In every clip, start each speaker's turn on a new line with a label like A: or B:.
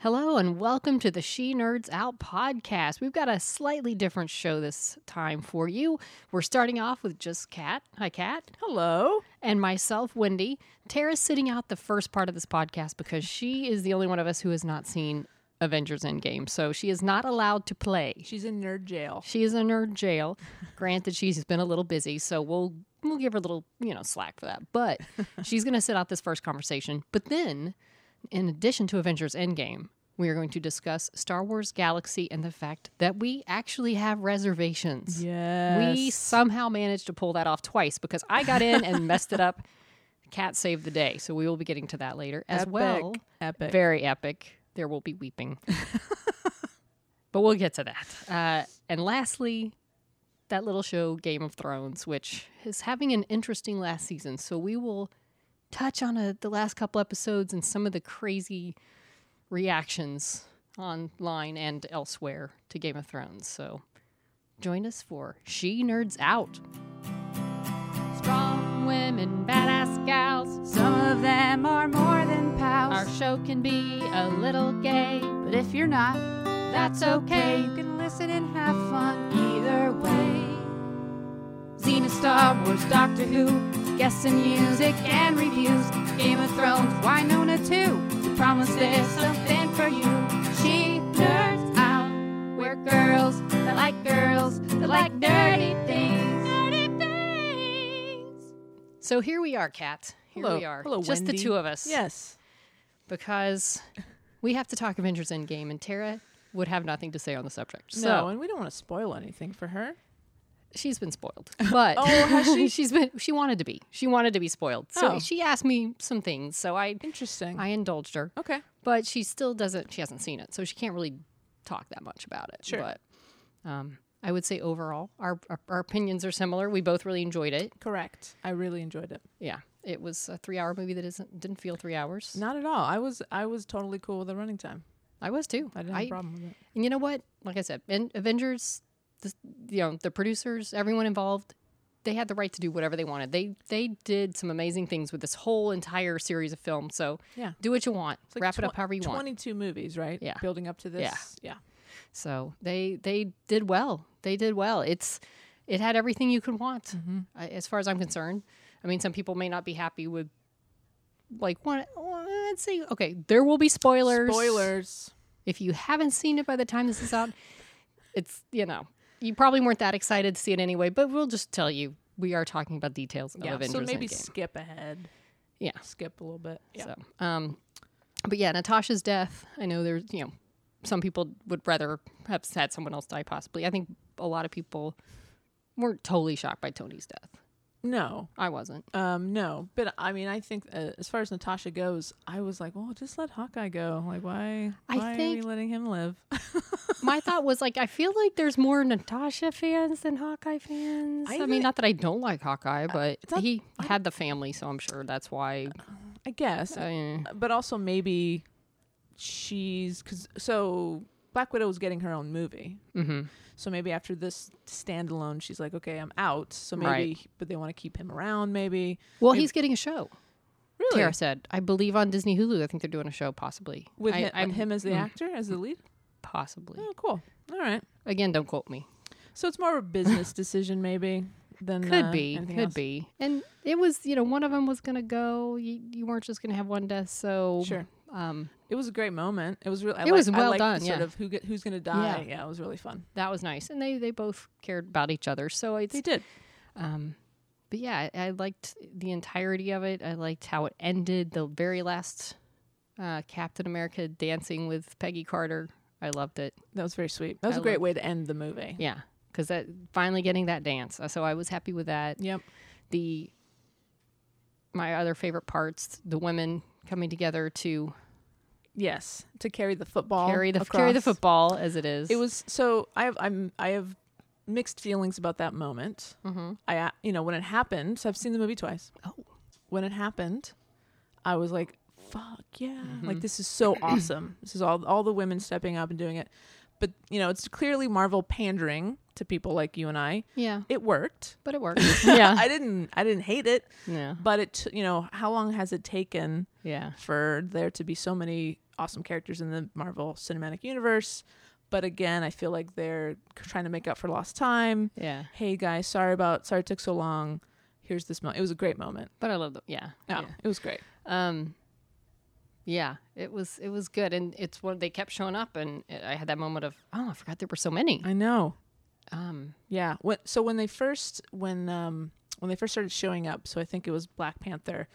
A: Hello and welcome to the She Nerds Out podcast. We've got a slightly different show this time for you. We're starting off with just Kat. Hi, Kat.
B: Hello.
A: And myself, Wendy. Tara's sitting out the first part of this podcast because she is the only one of us who has not seen Avengers Endgame. So she is not allowed to play.
B: She's in nerd jail.
A: She is in her jail. Granted, she's been a little busy, so we'll we'll give her a little you know slack for that. But she's going to sit out this first conversation. But then, in addition to Avengers Endgame, we are going to discuss Star Wars Galaxy and the fact that we actually have reservations.
B: Yes.
A: We somehow managed to pull that off twice because I got in and messed it up. Cat saved the day, so we will be getting to that later as well.
B: Epic.
A: Very epic. There will be weeping. but we'll get to that. Uh, and lastly, that little show, Game of Thrones, which is having an interesting last season. So we will touch on uh the last couple episodes and some of the crazy reactions online and elsewhere to Game of Thrones. So join us for She Nerds Out. Strong women, badass gals.
B: Some of them are more than
A: Our
B: pals.
A: show can be a little gay.
B: but if you're not,
A: That's okay.
B: you can listen and have fun either way. Xena, Star Wars, Doctor Who, guests and music and reviews. Game of Thrones, Winona too. We promise there's something for you. She nerds out. We're girls that like girls that like nerdy things. Nerdy things.
A: So here we are, Kat. Here
B: Hello.
A: we are.
B: Hello,
A: Just the
B: Wendy.
A: two of us.
B: Yes.
A: Because we have to talk Avengers Endgame, and Tara would have nothing to say on the subject. So
C: no, and we don't want to spoil anything for her.
A: she's been spoiled. But
C: Oh, has she?
A: has been she wanted to be. She wanted to be spoiled. So
C: Oh.
A: she asked me some things. So I
C: Interesting.
A: I indulged her.
C: okay.
A: But she still doesn't she hasn't seen it, so she can't really talk that much about it.
C: Sure.
A: But um I would say overall, our, our our opinions are similar. We both really enjoyed it.
C: Correct. I really enjoyed it.
A: Yeah, it was a three-hour movie that isn't didn't feel three hours.
C: Not at all. I was I was totally cool with the running time.
A: I was too.
C: I didn't have a problem with it.
A: And you know what? Like I said, and Avengers, the, you know, the producers, everyone involved, they had the right to do whatever they wanted. They they did some amazing things with this whole entire series of films. So
C: Yeah.
A: do what you want,
C: It's like
A: wrap it
C: twen-
A: up however you want.
C: Twenty-two movies, right?
A: Yeah.
C: Building up to this.
A: Yeah.
C: Yeah.
A: So they they did well. They did well. It's it had everything you could want,
C: Mm-hmm.
A: uh, as far as I'm concerned. I mean, some people may not be happy with like one. well, Let's see. Okay, there will be spoilers.
C: Spoilers.
A: If you haven't seen it by the time this is out, it's, you know, you probably weren't that excited to see it anyway, but we'll just tell you we are talking about details of
C: Yeah.
A: Avengers
C: so maybe
A: Endgame.
C: skip ahead.
A: Yeah.
C: Skip a little bit. Yeah.
A: So, um, but yeah, Natasha's death, I know there's, you know, some people would rather have had someone else die possibly. I think a lot of people weren't totally shocked by Tony's death.
C: No.
A: I wasn't.
C: Um. No. But I mean, I think uh, as far as Natasha goes, I was like, well, just let Hawkeye go. Like, why?
A: I
C: why are we
A: think-
C: letting him live?
A: My thought was like, I feel like there's more Natasha fans than Hawkeye fans.
C: I
A: I, mean,
C: even-
A: not that I don't like Hawkeye, but
C: not- Uh,
A: he had the family, so I'm sure that's why.
C: I guess.
A: uh,
C: but also maybe she's because so Black Widow was getting her own movie,
A: Mm-hmm.
C: so maybe after this standalone, she's like, okay, I'm out. So maybe,
A: Right.
C: but they want to keep him around, maybe.
A: Well,
C: Maybe-
A: he's getting a show.
C: Really,
A: Tara said, "I believe on Disney Hulu. I think they're doing a show, possibly
C: with
A: I,
C: him,
A: I'm-
C: him as the
A: mm,
C: actor, as the lead.
A: possibly.
C: Oh, cool. All right.
A: Again, don't quote me.
C: So it's more of a business decision, maybe. Than
A: Could
C: uh,
A: be,
C: anything
A: could
C: else.
A: be. And it was, you know, one of them was gonna go. You, you weren't just gonna have one death. So
C: Sure.
A: um,
C: It was a great moment. It was really. I
A: It was
C: like- I
A: well
C: liked the
A: done,
C: Sort
A: yeah.
C: of who get, who's going to die.
A: Yeah.
C: Yeah. it was really fun.
A: that was nice. And they they both cared about each other. So it's
C: They did.
A: Um, but yeah, I, I liked the entirety of it. I liked how it ended. The very last uh, Captain America dancing with Peggy Carter. I loved it.
C: That was very sweet. That was
A: I
C: a great
A: loved-
C: way to end the movie.
A: Yeah, because that finally getting that dance. Uh, So I was happy with that.
C: Yep.
A: The my other favorite parts: the women coming together to
C: Yes, to carry the football.
A: carry the carry the
C: across.
A: football as it is.
C: It was so I have I'm I have mixed feelings about that moment.
A: Mhm.
C: I uh, you know when it happened, so I've seen the movie twice.
A: Oh.
C: when it happened, I was like, "Fuck yeah!"
A: Mm-hmm.
C: Like this is so awesome. This is all all the women stepping up and doing it. But you know, it's clearly Marvel pandering to people like you and I.
A: yeah,
C: It worked.
A: but it worked. yeah,
C: I didn't I didn't hate it,
A: yeah,
C: but it t- you know how long has it taken
A: yeah.
C: for there to be so many awesome characters in the Marvel Cinematic Universe. But again, I feel like they're trying to make up for lost time.
A: Yeah.
C: Hey guys, sorry about sorry it took so long. Here's this moment. It was a great moment.
A: But I love them. Yeah.
C: Yeah, it was great.
A: Um, yeah, it was it was good, and it's one they kept showing up, and it, I had that moment of oh, I forgot there were so many.
C: I know.
A: Um,
C: Yeah. When, so when they first when um when they first started showing up, so I think it was Black Panther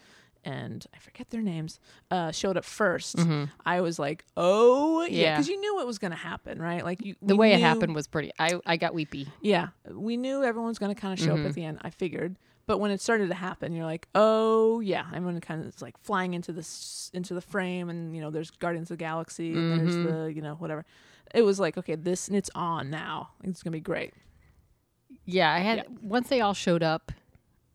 C: and I forget their names, uh, showed up 1st I was like, oh yeah,
A: Mm-hmm. Yeah.
C: because you knew what was gonna happen, right? Like you
A: the
C: we
A: way it
C: knew-
A: happened was pretty. I I got weepy.
C: Yeah, Mm-hmm. we knew everyone was gonna kind of show up at the end. I figured, but when it started to happen, you're like, oh yeah, everyone kind of is like flying into this into the frame, and you know, there's Guardians of the Galaxy, and there's the you know whatever. It was like, okay, this and it's on now. It's gonna be great.
A: Yeah, I had once they all showed up,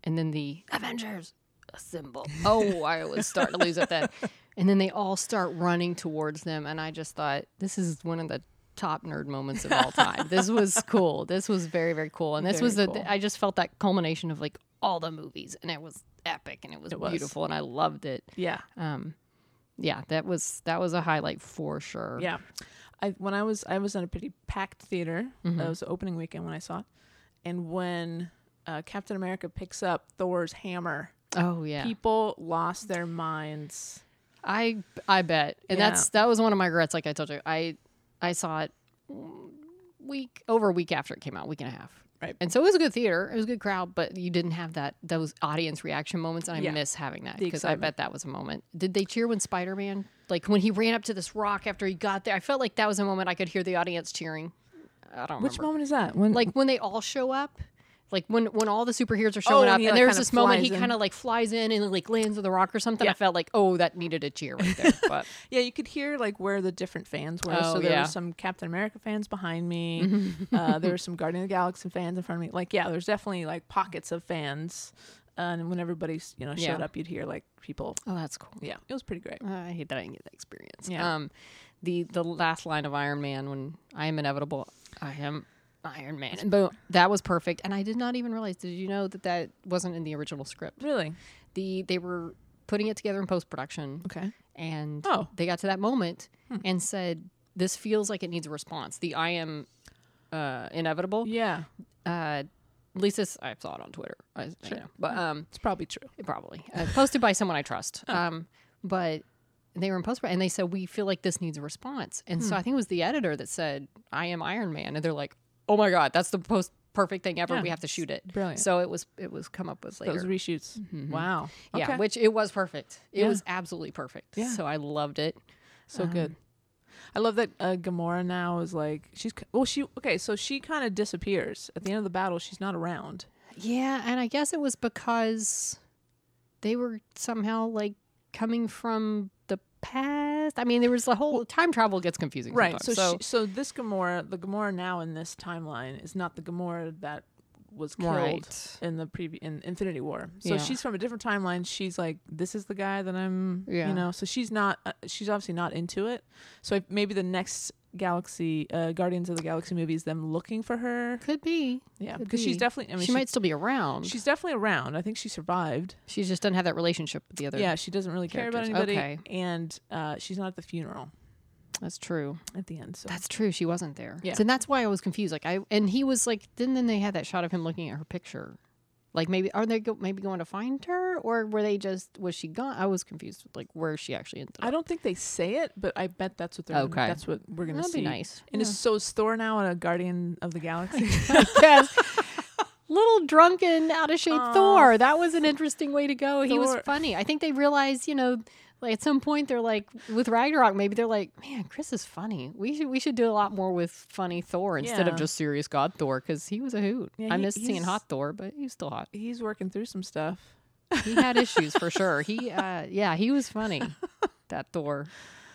A: and then the Avengers assemble. Oh, I was starting to lose at that. And then they all start running towards them, and I just thought this is one of the top nerd moments of all time. this was cool. This was very very cool, and this
C: Very
A: was the
C: cool.
A: I just felt that culmination of like all the movies, and it was epic, and it was,
C: It was.
A: beautiful, and I loved it.
C: Yeah.
A: Um, yeah, that was that was a highlight for sure.
C: Yeah, I when I was I was in a pretty packed theater. That was the opening weekend when I saw it, and when uh, Captain America picks up Thor's hammer,
A: Oh
C: Ah.
A: yeah.
C: people lost their minds.
A: I I bet, and
C: Yeah.
A: that's that was one of my regrets. Like I told you, I I saw it week over a week after it came out, week and a half.
C: Right.
A: And so it was a good theater, it was a good crowd, but you didn't have that those audience reaction moments, and I
C: Yeah.
A: miss having that
C: The
A: because I
C: excitement.
A: bet that was a moment. Did they cheer when Spider Man like when he ran up to this rock after he got there? I felt like that was a moment I could hear the audience cheering. I don't
C: Which
A: remember.
C: moment is that? When
A: Like when they all show up. Like when, when all the superheroes are showing
C: when
A: up,
C: he,
A: Oh, and
C: like,
A: there's
C: kinda
A: this moment he
C: flies in.
A: kind of like flies in and like lands on the rock or something. I felt like, oh, that needed a cheer right there. But
C: yeah, you could hear like where the different fans were.
A: Oh,
C: so there
A: yeah.
C: were some Captain America fans behind me. uh, there were some Guardian of the Galaxy fans in front of me. Like yeah, there's definitely like pockets of fans. Uh, and when everybody you know showed
A: Yeah.
C: up, you'd hear like people.
A: Oh, that's cool.
C: Yeah, it was pretty great.
A: Uh, I hate that I didn't get that experience.
C: Yeah.
A: Um, the the last line of Iron Man when I am inevitable, I am Iron Man, and boom, that was perfect. And I did not even realize. Did you know that that wasn't in the original script?
C: Really?
A: The they were putting it together in post production,
C: Okay.
A: and
C: Oh. Hmm.
A: they got to that moment and said, "This feels like it needs a response." The I am uh, inevitable.
C: Yeah,
A: Uh, Lisa, I saw it on Twitter. I, I know. but um,
C: it's probably true.
A: probably uh, posted by someone I trust.
C: Oh.
A: Um, but they were in post and they said we feel like this needs a response. And
C: Hmm.
A: so I think it was the editor that said I am Iron Man, and they're like, oh my god, that's the post perfect thing ever.
C: Yeah,
A: we have to shoot it.
C: brilliant.
A: So it was it was come up with later. Mm-hmm.
C: Those reshoots. Wow.
A: yeah,
C: Okay.
A: which it was perfect. It
C: Yeah.
A: was absolutely perfect.
C: Yeah.
A: So I loved it.
C: so good. Um, I love that uh, Gamora now is like she's k- well she okay so she kind of disappears at the end of the battle she's not around
A: Yeah, and I guess it was because they were somehow like coming from the past. I mean, there was the whole time travel gets confusing.
C: so
A: sometimes,
C: so, she, so this Gamora the Gamora now in this timeline is not the Gamora that was killed
A: Right.
C: in the previ- in Infinity War so
A: Yeah.
C: she's from a different timeline she's like this is the guy that I'm
A: Yeah.
C: you know so she's not uh, she's obviously not into it so I, maybe the next Galaxy uh, Guardians of the Galaxy movie is them looking for her
A: could be.
C: yeah
A: Could
C: because she's
A: be.
C: definitely I mean
A: she, might still be around.
C: she's definitely around I think she survived
A: She just doesn't have that relationship with the other.
C: Yeah, she doesn't really care about
A: characters.
C: anybody,
A: Okay.
C: and uh, she's not at the funeral
A: that's true.
C: at the end. So
A: That's true. She wasn't there.
C: Yeah.
A: So that's why I was confused. Like I and he was like. Then then they had that shot of him looking at her picture. Like maybe are they go, maybe going to find her or were they just was she gone? I was confused. With, like where she actually ended up.
C: I don't think they say it, but I bet that's what they're. Okay.
A: Okay.
C: that's what we're gonna
A: That'd
C: see.
A: be nice.
C: And is, so is Thor now a Guardian of the Galaxy?
A: yes. Little drunken, out of shape Thor. That was an interesting way to go. He was
C: Thor.
A: funny. I think they realized, you know, like at some point they're like with Ragnarok, maybe they're like, man, Chris is funny. We should we should do a lot more with funny Thor instead
C: Yeah.
A: of just serious God Thor because he was a hoot.
C: Yeah,
A: I
C: he-
A: missed seeing
C: he's-
A: hot Thor, but he's still hot.
C: He's working through some stuff.
A: He had issues for sure. He, uh, yeah, he was funny. That Thor.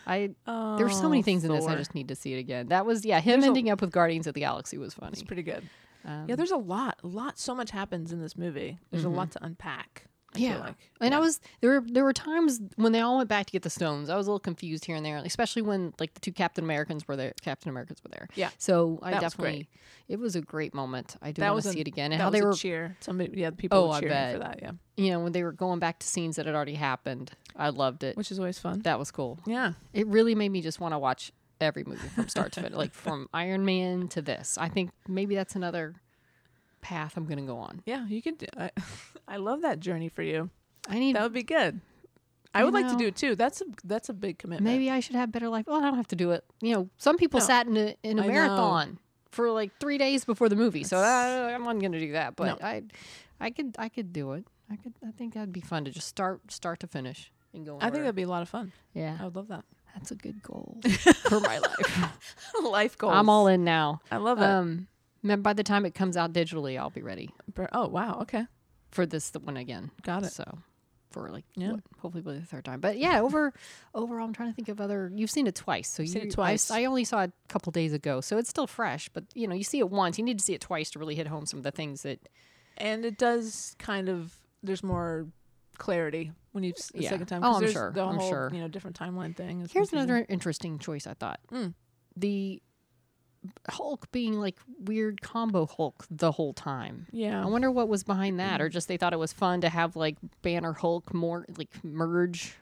A: I
C: Oh,
A: there's so many things in this I
C: Thor.
A: just need to see it again. That was yeah him
C: There's a-
A: ending up with Guardians of the Galaxy was funny.
C: It's pretty good.
A: Um,
C: yeah, there's a lot, a lot. So much happens in this movie. There's a lot to unpack. I
A: yeah.
C: feel like.
A: And I was there. Were, there were times when they all went back to get the stones. I was a little confused here and there, especially when like the two Captain Americans were there. Captain Americans were there.
C: Yeah.
A: So I
C: That was
A: definitely,
C: great.
A: it was a great moment. I do
C: That
A: want
C: was
A: to
C: a-
A: see it again and
C: that
A: how
C: was
A: they
C: a
A: were.
C: cheer. Somebody, yeah, people
A: Oh,
C: were
A: I
C: cheering
A: bet.
C: for that. Yeah,
A: you know, when they were going back to scenes that had already happened. I loved it.
C: which is always fun.
A: that was cool.
C: yeah,
A: It really made me just want to watch every movie from start to finish, like from Iron Man to this. I think maybe that's another path I'm going to go on.
C: yeah, you can. Do, I, I love that journey for you.
A: I need
C: That would be good. I
A: You
C: would like to
A: know-
C: do it too. That's a that's a big commitment.
A: maybe I should have better life. Well, I don't have to do it. You know, some people
C: No.
A: sat in a, in a
C: I know.
A: marathon for like three days before the movie, so I, I'm not going to do that. But
C: No.
A: I, I could, I could do it. I could. I think that'd be fun to just start, start to finish, and go. in
C: I think
A: order.
C: that'd be a lot of fun. I
A: yeah,
C: would love that.
A: that's a good goal for my life.
C: Life goals.
A: I'm all in now.
C: I love it.
A: Um, and by the time it comes out digitally, I'll be ready
C: Bur- oh wow. Okay.
A: for this the one again.
C: Got it.
A: So for like
C: Yeah.
A: what- hopefully by the third time. But yeah, over overall, I'm trying to think of other. You've seen it twice, so you
C: Seen it
A: I s-
C: twice.
A: I, only saw it a couple days ago, so it's still fresh. But you know, you see it once, you need to see it twice to really hit home some of the things that.
C: And it does kind of. There's more clarity when you the
A: Yeah.
C: second time.
A: Oh,
C: 'cause
A: I'm
C: there's
A: sure.
C: The
A: I'm
C: whole,
A: sure.
C: You know, different timeline thing. is
A: Here's
C: confusing.
A: another interesting choice I thought:
C: Mm.
A: the Hulk being like weird combo Hulk the whole time. I
C: Yeah.
A: wonder what was behind that, or just they thought it was fun to have like Banner Hulk more like merge.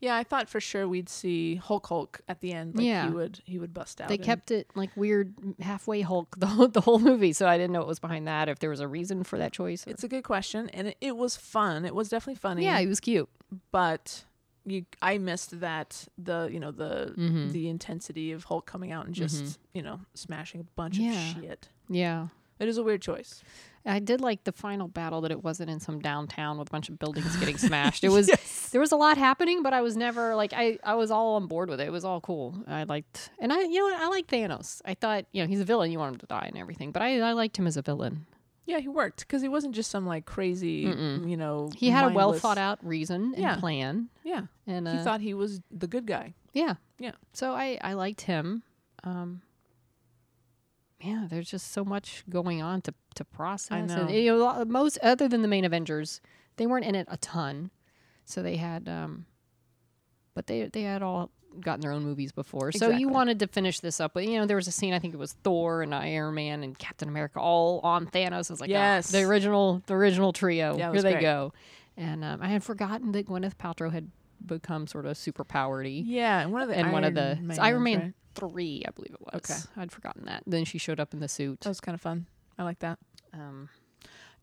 C: Yeah. I thought for sure we'd see Hulk Hulk at the end. Like
A: Yeah.
C: He would. He would bust out.
A: They
C: and-
A: kept it like weird halfway Hulk the whole, the whole movie, so I didn't know what was behind that. If there was a reason for that choice, or-
C: It's a good question, and it, it was fun. It was definitely funny.
A: yeah, he was cute.
C: but you I missed that the you know the
A: Mhm.
C: the intensity of Hulk coming out and just you know smashing a bunch
A: Mm-hmm. Yeah.
C: of shit.
A: Yeah,
C: It is a weird choice.
A: I did like the final battle that it wasn't in some downtown with a bunch of buildings getting smashed. It was there was a lot happening, but I was never like I I was all on board with it. It was all cool. I liked and I you know what I like Thanos. I thought you know he's a villain, you want him to die and everything, but I I liked him as a villain.
C: Yeah, he worked because he wasn't just some like crazy you know.
A: He had a well
C: mindless-
A: thought out reason and
C: Yeah.
A: plan,
C: Yeah,
A: and uh,
C: he thought he was the good guy.
A: Yeah.
C: Yeah.
A: So I I liked him. Um Yeah, there's just so much going on to to process.
C: know.
A: And, you know, a lot- most other than the main Avengers, they weren't in it a ton. So they had um but they they had all gotten their own movies before. So
C: Exactly.
A: you wanted to finish this up, but you know, there was a scene I think it was Thor and Iron Man and Captain America all on Thanos. I was like, ah,
C: Yes.
A: the original the original trio.
C: Yeah, it
A: Here
C: was
A: they
C: great.
A: go. And um, I had forgotten that Gwyneth Paltrow had become sort of super powered
C: Yeah, and one of the
A: and one of the
C: Iron
A: it's
C: Mans,
A: Iron Man
C: right?
A: three, I believe it was.
C: Okay.
A: I'd forgotten that. Then she showed up in the suit.
C: That was kind of fun. I like that.
A: Um,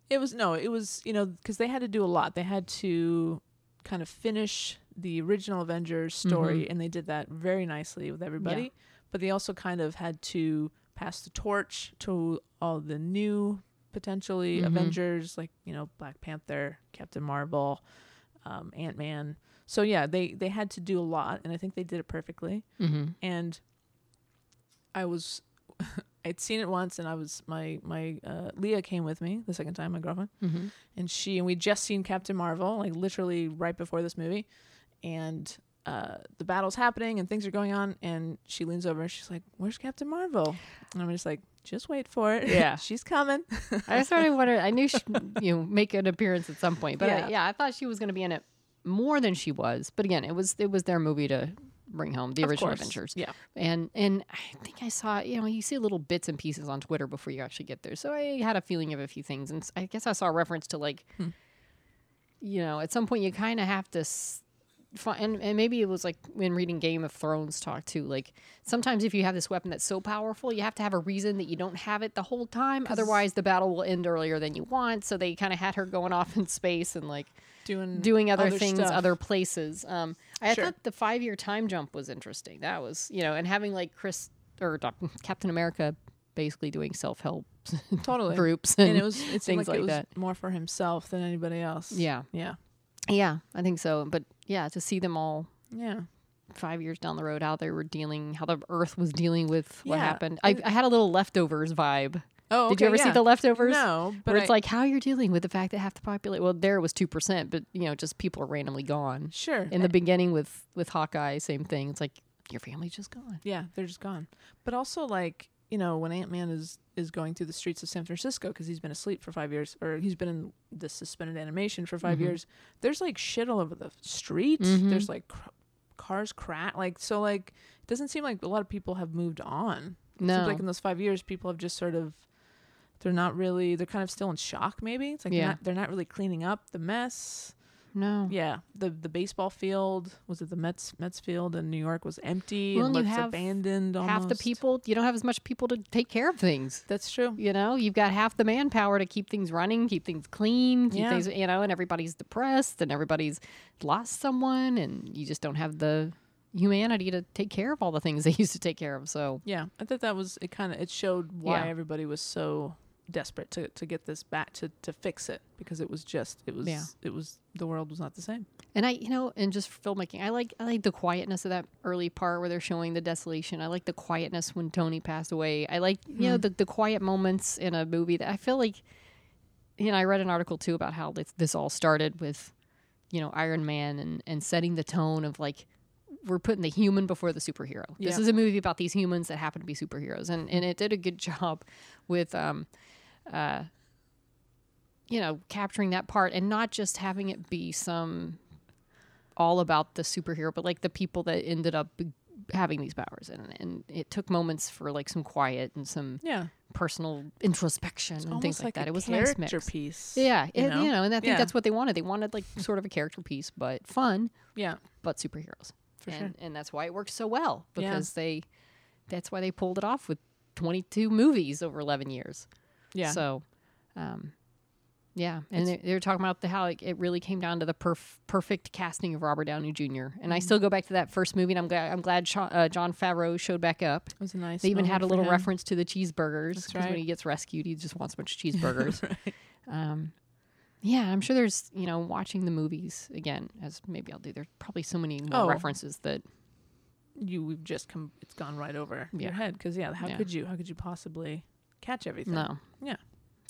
C: It was no, it was you know because they had to do a lot. They had to kind of finish the original Avengers story, and they did that very nicely with everybody. But they also kind of had to pass the torch to all the new potentially Avengers, like you know Black Panther, Captain Marvel, um, Ant Man. So yeah, they they had to do a lot, and I think they did it perfectly.
A: mhm.
C: And I was. I'd seen it once, and I was my my uh, Leah came with me the second time, my girlfriend,
A: mm-hmm.
C: and she and we just seen Captain Marvel like literally right before this movie, and uh, the battle's happening and things are going on, and she leans over and she's like, "Where's Captain Marvel?" And I'm just like, "Just wait for it,
A: Yeah.
C: she's coming."
A: I started wondering. I knew she, you know, make an appearance at some point, but I- yeah,
C: Yeah.
A: I, thought she was going to be in it more than she was. But again, it was it was their movie to bring home the
C: Of
A: original
C: course.
A: Avengers.
C: yeah,
A: And and I think I saw you know you see little bits and pieces on Twitter before you actually get there. So I had a feeling of a few things, and s- I guess I saw a reference to like, you know, at some point you kind of have to. S- fi- and, and maybe it was like when reading Game of Thrones talk too. Like sometimes if you have this weapon that's so powerful, you have to have a reason that you don't have it the whole time. Otherwise, the battle will end earlier than you want. So they kind of had her going off in space and like
C: doing
A: doing other, things,
C: stuff.
A: other places. Um, I
C: Sure.
A: thought the five year time jump was interesting. That was, you know, and having like Chris or Doc- Captain America basically doing self help
C: totally
A: groups Oh, and,
C: and it was it seemed
A: things
C: like, it
A: like
C: was
A: that.
C: more for himself than anybody else.
A: yeah,
C: yeah,
A: yeah, I think so. But yeah, to see them all
C: yeah.
A: five years down the road, how they were dealing, how the Earth was dealing with what
C: Yeah.
A: happened. I, I had a little leftovers vibe.
C: Oh,
A: Did you
C: okay,
A: ever see
C: yeah.
A: the leftovers?
C: No, but
A: Where it's
C: I-
A: like how you're dealing with the fact that half the population. Well, there it was two percent, but you know, just people are randomly gone.
C: sure
A: in the beginning with with Hawkeye, same thing. It's like your family's just gone.
C: Yeah, they're just gone. But also like you know, when Ant Man is is going through the streets of San Francisco because he's been asleep for five years, or he's been in this suspended animation for
A: Mm-hmm.
C: 5 years. There's like shit all over the street. There's like cr- cars crack. Like so, like it doesn't seem like a lot of people have moved on. It
A: No.
C: seems like in those five years, people have just sort of they're not really they're kind of still in shock. Maybe it's like
A: Yeah.
C: not, they're not really cleaning up the mess.
A: no.
C: Yeah, the the baseball field was it the Mets Mets field in New York was empty
A: Well,
C: and
A: and you
C: looks
A: have
C: abandoned. Almost.
A: Half the people, you don't have as much people to take care of things.
C: That's true.
A: You know, you've got half the manpower to keep things running, keep things clean, keep
C: Yeah.
A: things, you know, and everybody's depressed and everybody's lost someone and you just don't have the humanity to take care of all the things they used to take care of. So,
C: Yeah, I thought that was it. Kind of it showed why
A: Yeah.
C: everybody was so desperate to to get this back to to fix it because it was just it was
A: Yeah.
C: it was the world was not the same.
A: and I, you know, and just for filmmaking, I like I like the quietness of that early part where they're showing the desolation. I like the quietness when Tony passed away. I like, you know, the the quiet moments in a movie that I feel like you know, I read an article too about how this, this all started with, you know, Iron Man and, and setting the tone of like, we're putting the human before the superhero. This
C: Yeah.
A: is a movie about these humans that happen to be superheroes. And, and it did a good job with, um, uh, you know, capturing that part and not just having it be some all about the superhero, but like the people that ended up having these powers. And, and it took moments for like some quiet and some
C: Yeah,
A: personal introspection and things
C: almost
A: like, that.
C: a
A: It was a nice
C: character
A: mix.
C: piece.
A: Yeah,
C: you
A: and,
C: know?
A: you know, and I think
C: Yeah.
A: that's what they wanted. They wanted like sort of a character piece, but fun,
C: yeah,
A: but superheroes. For
C: sure.
A: and, and that's why it worked so well
C: Yeah.
A: because they, that's why they pulled it off with 22 movies over 11 years.
C: yeah.
A: So, um, yeah, and they, they were talking about the how like, it really came down to the perf- perfect casting of Robert Downey Jr. And I
C: Mm-hmm.
A: still go back to that first movie, and I'm glad I'm glad Sean, uh, John Favreau showed back up.
C: it was a nice.
A: They even
C: moment
A: had a
C: for
A: little
C: him.
A: reference to the cheeseburgers 'cause
C: right.
A: when he gets rescued, he just wants a bunch of cheeseburgers. um, yeah, I'm sure there's you know watching the movies again as maybe I'll do. There's probably so many more
C: Oh.
A: references that
C: You we've just come. It's gone right over your
A: Yeah.
C: head because yeah. How
A: Yeah.
C: could you? How could you possibly catch everything?
A: no,
C: Yeah.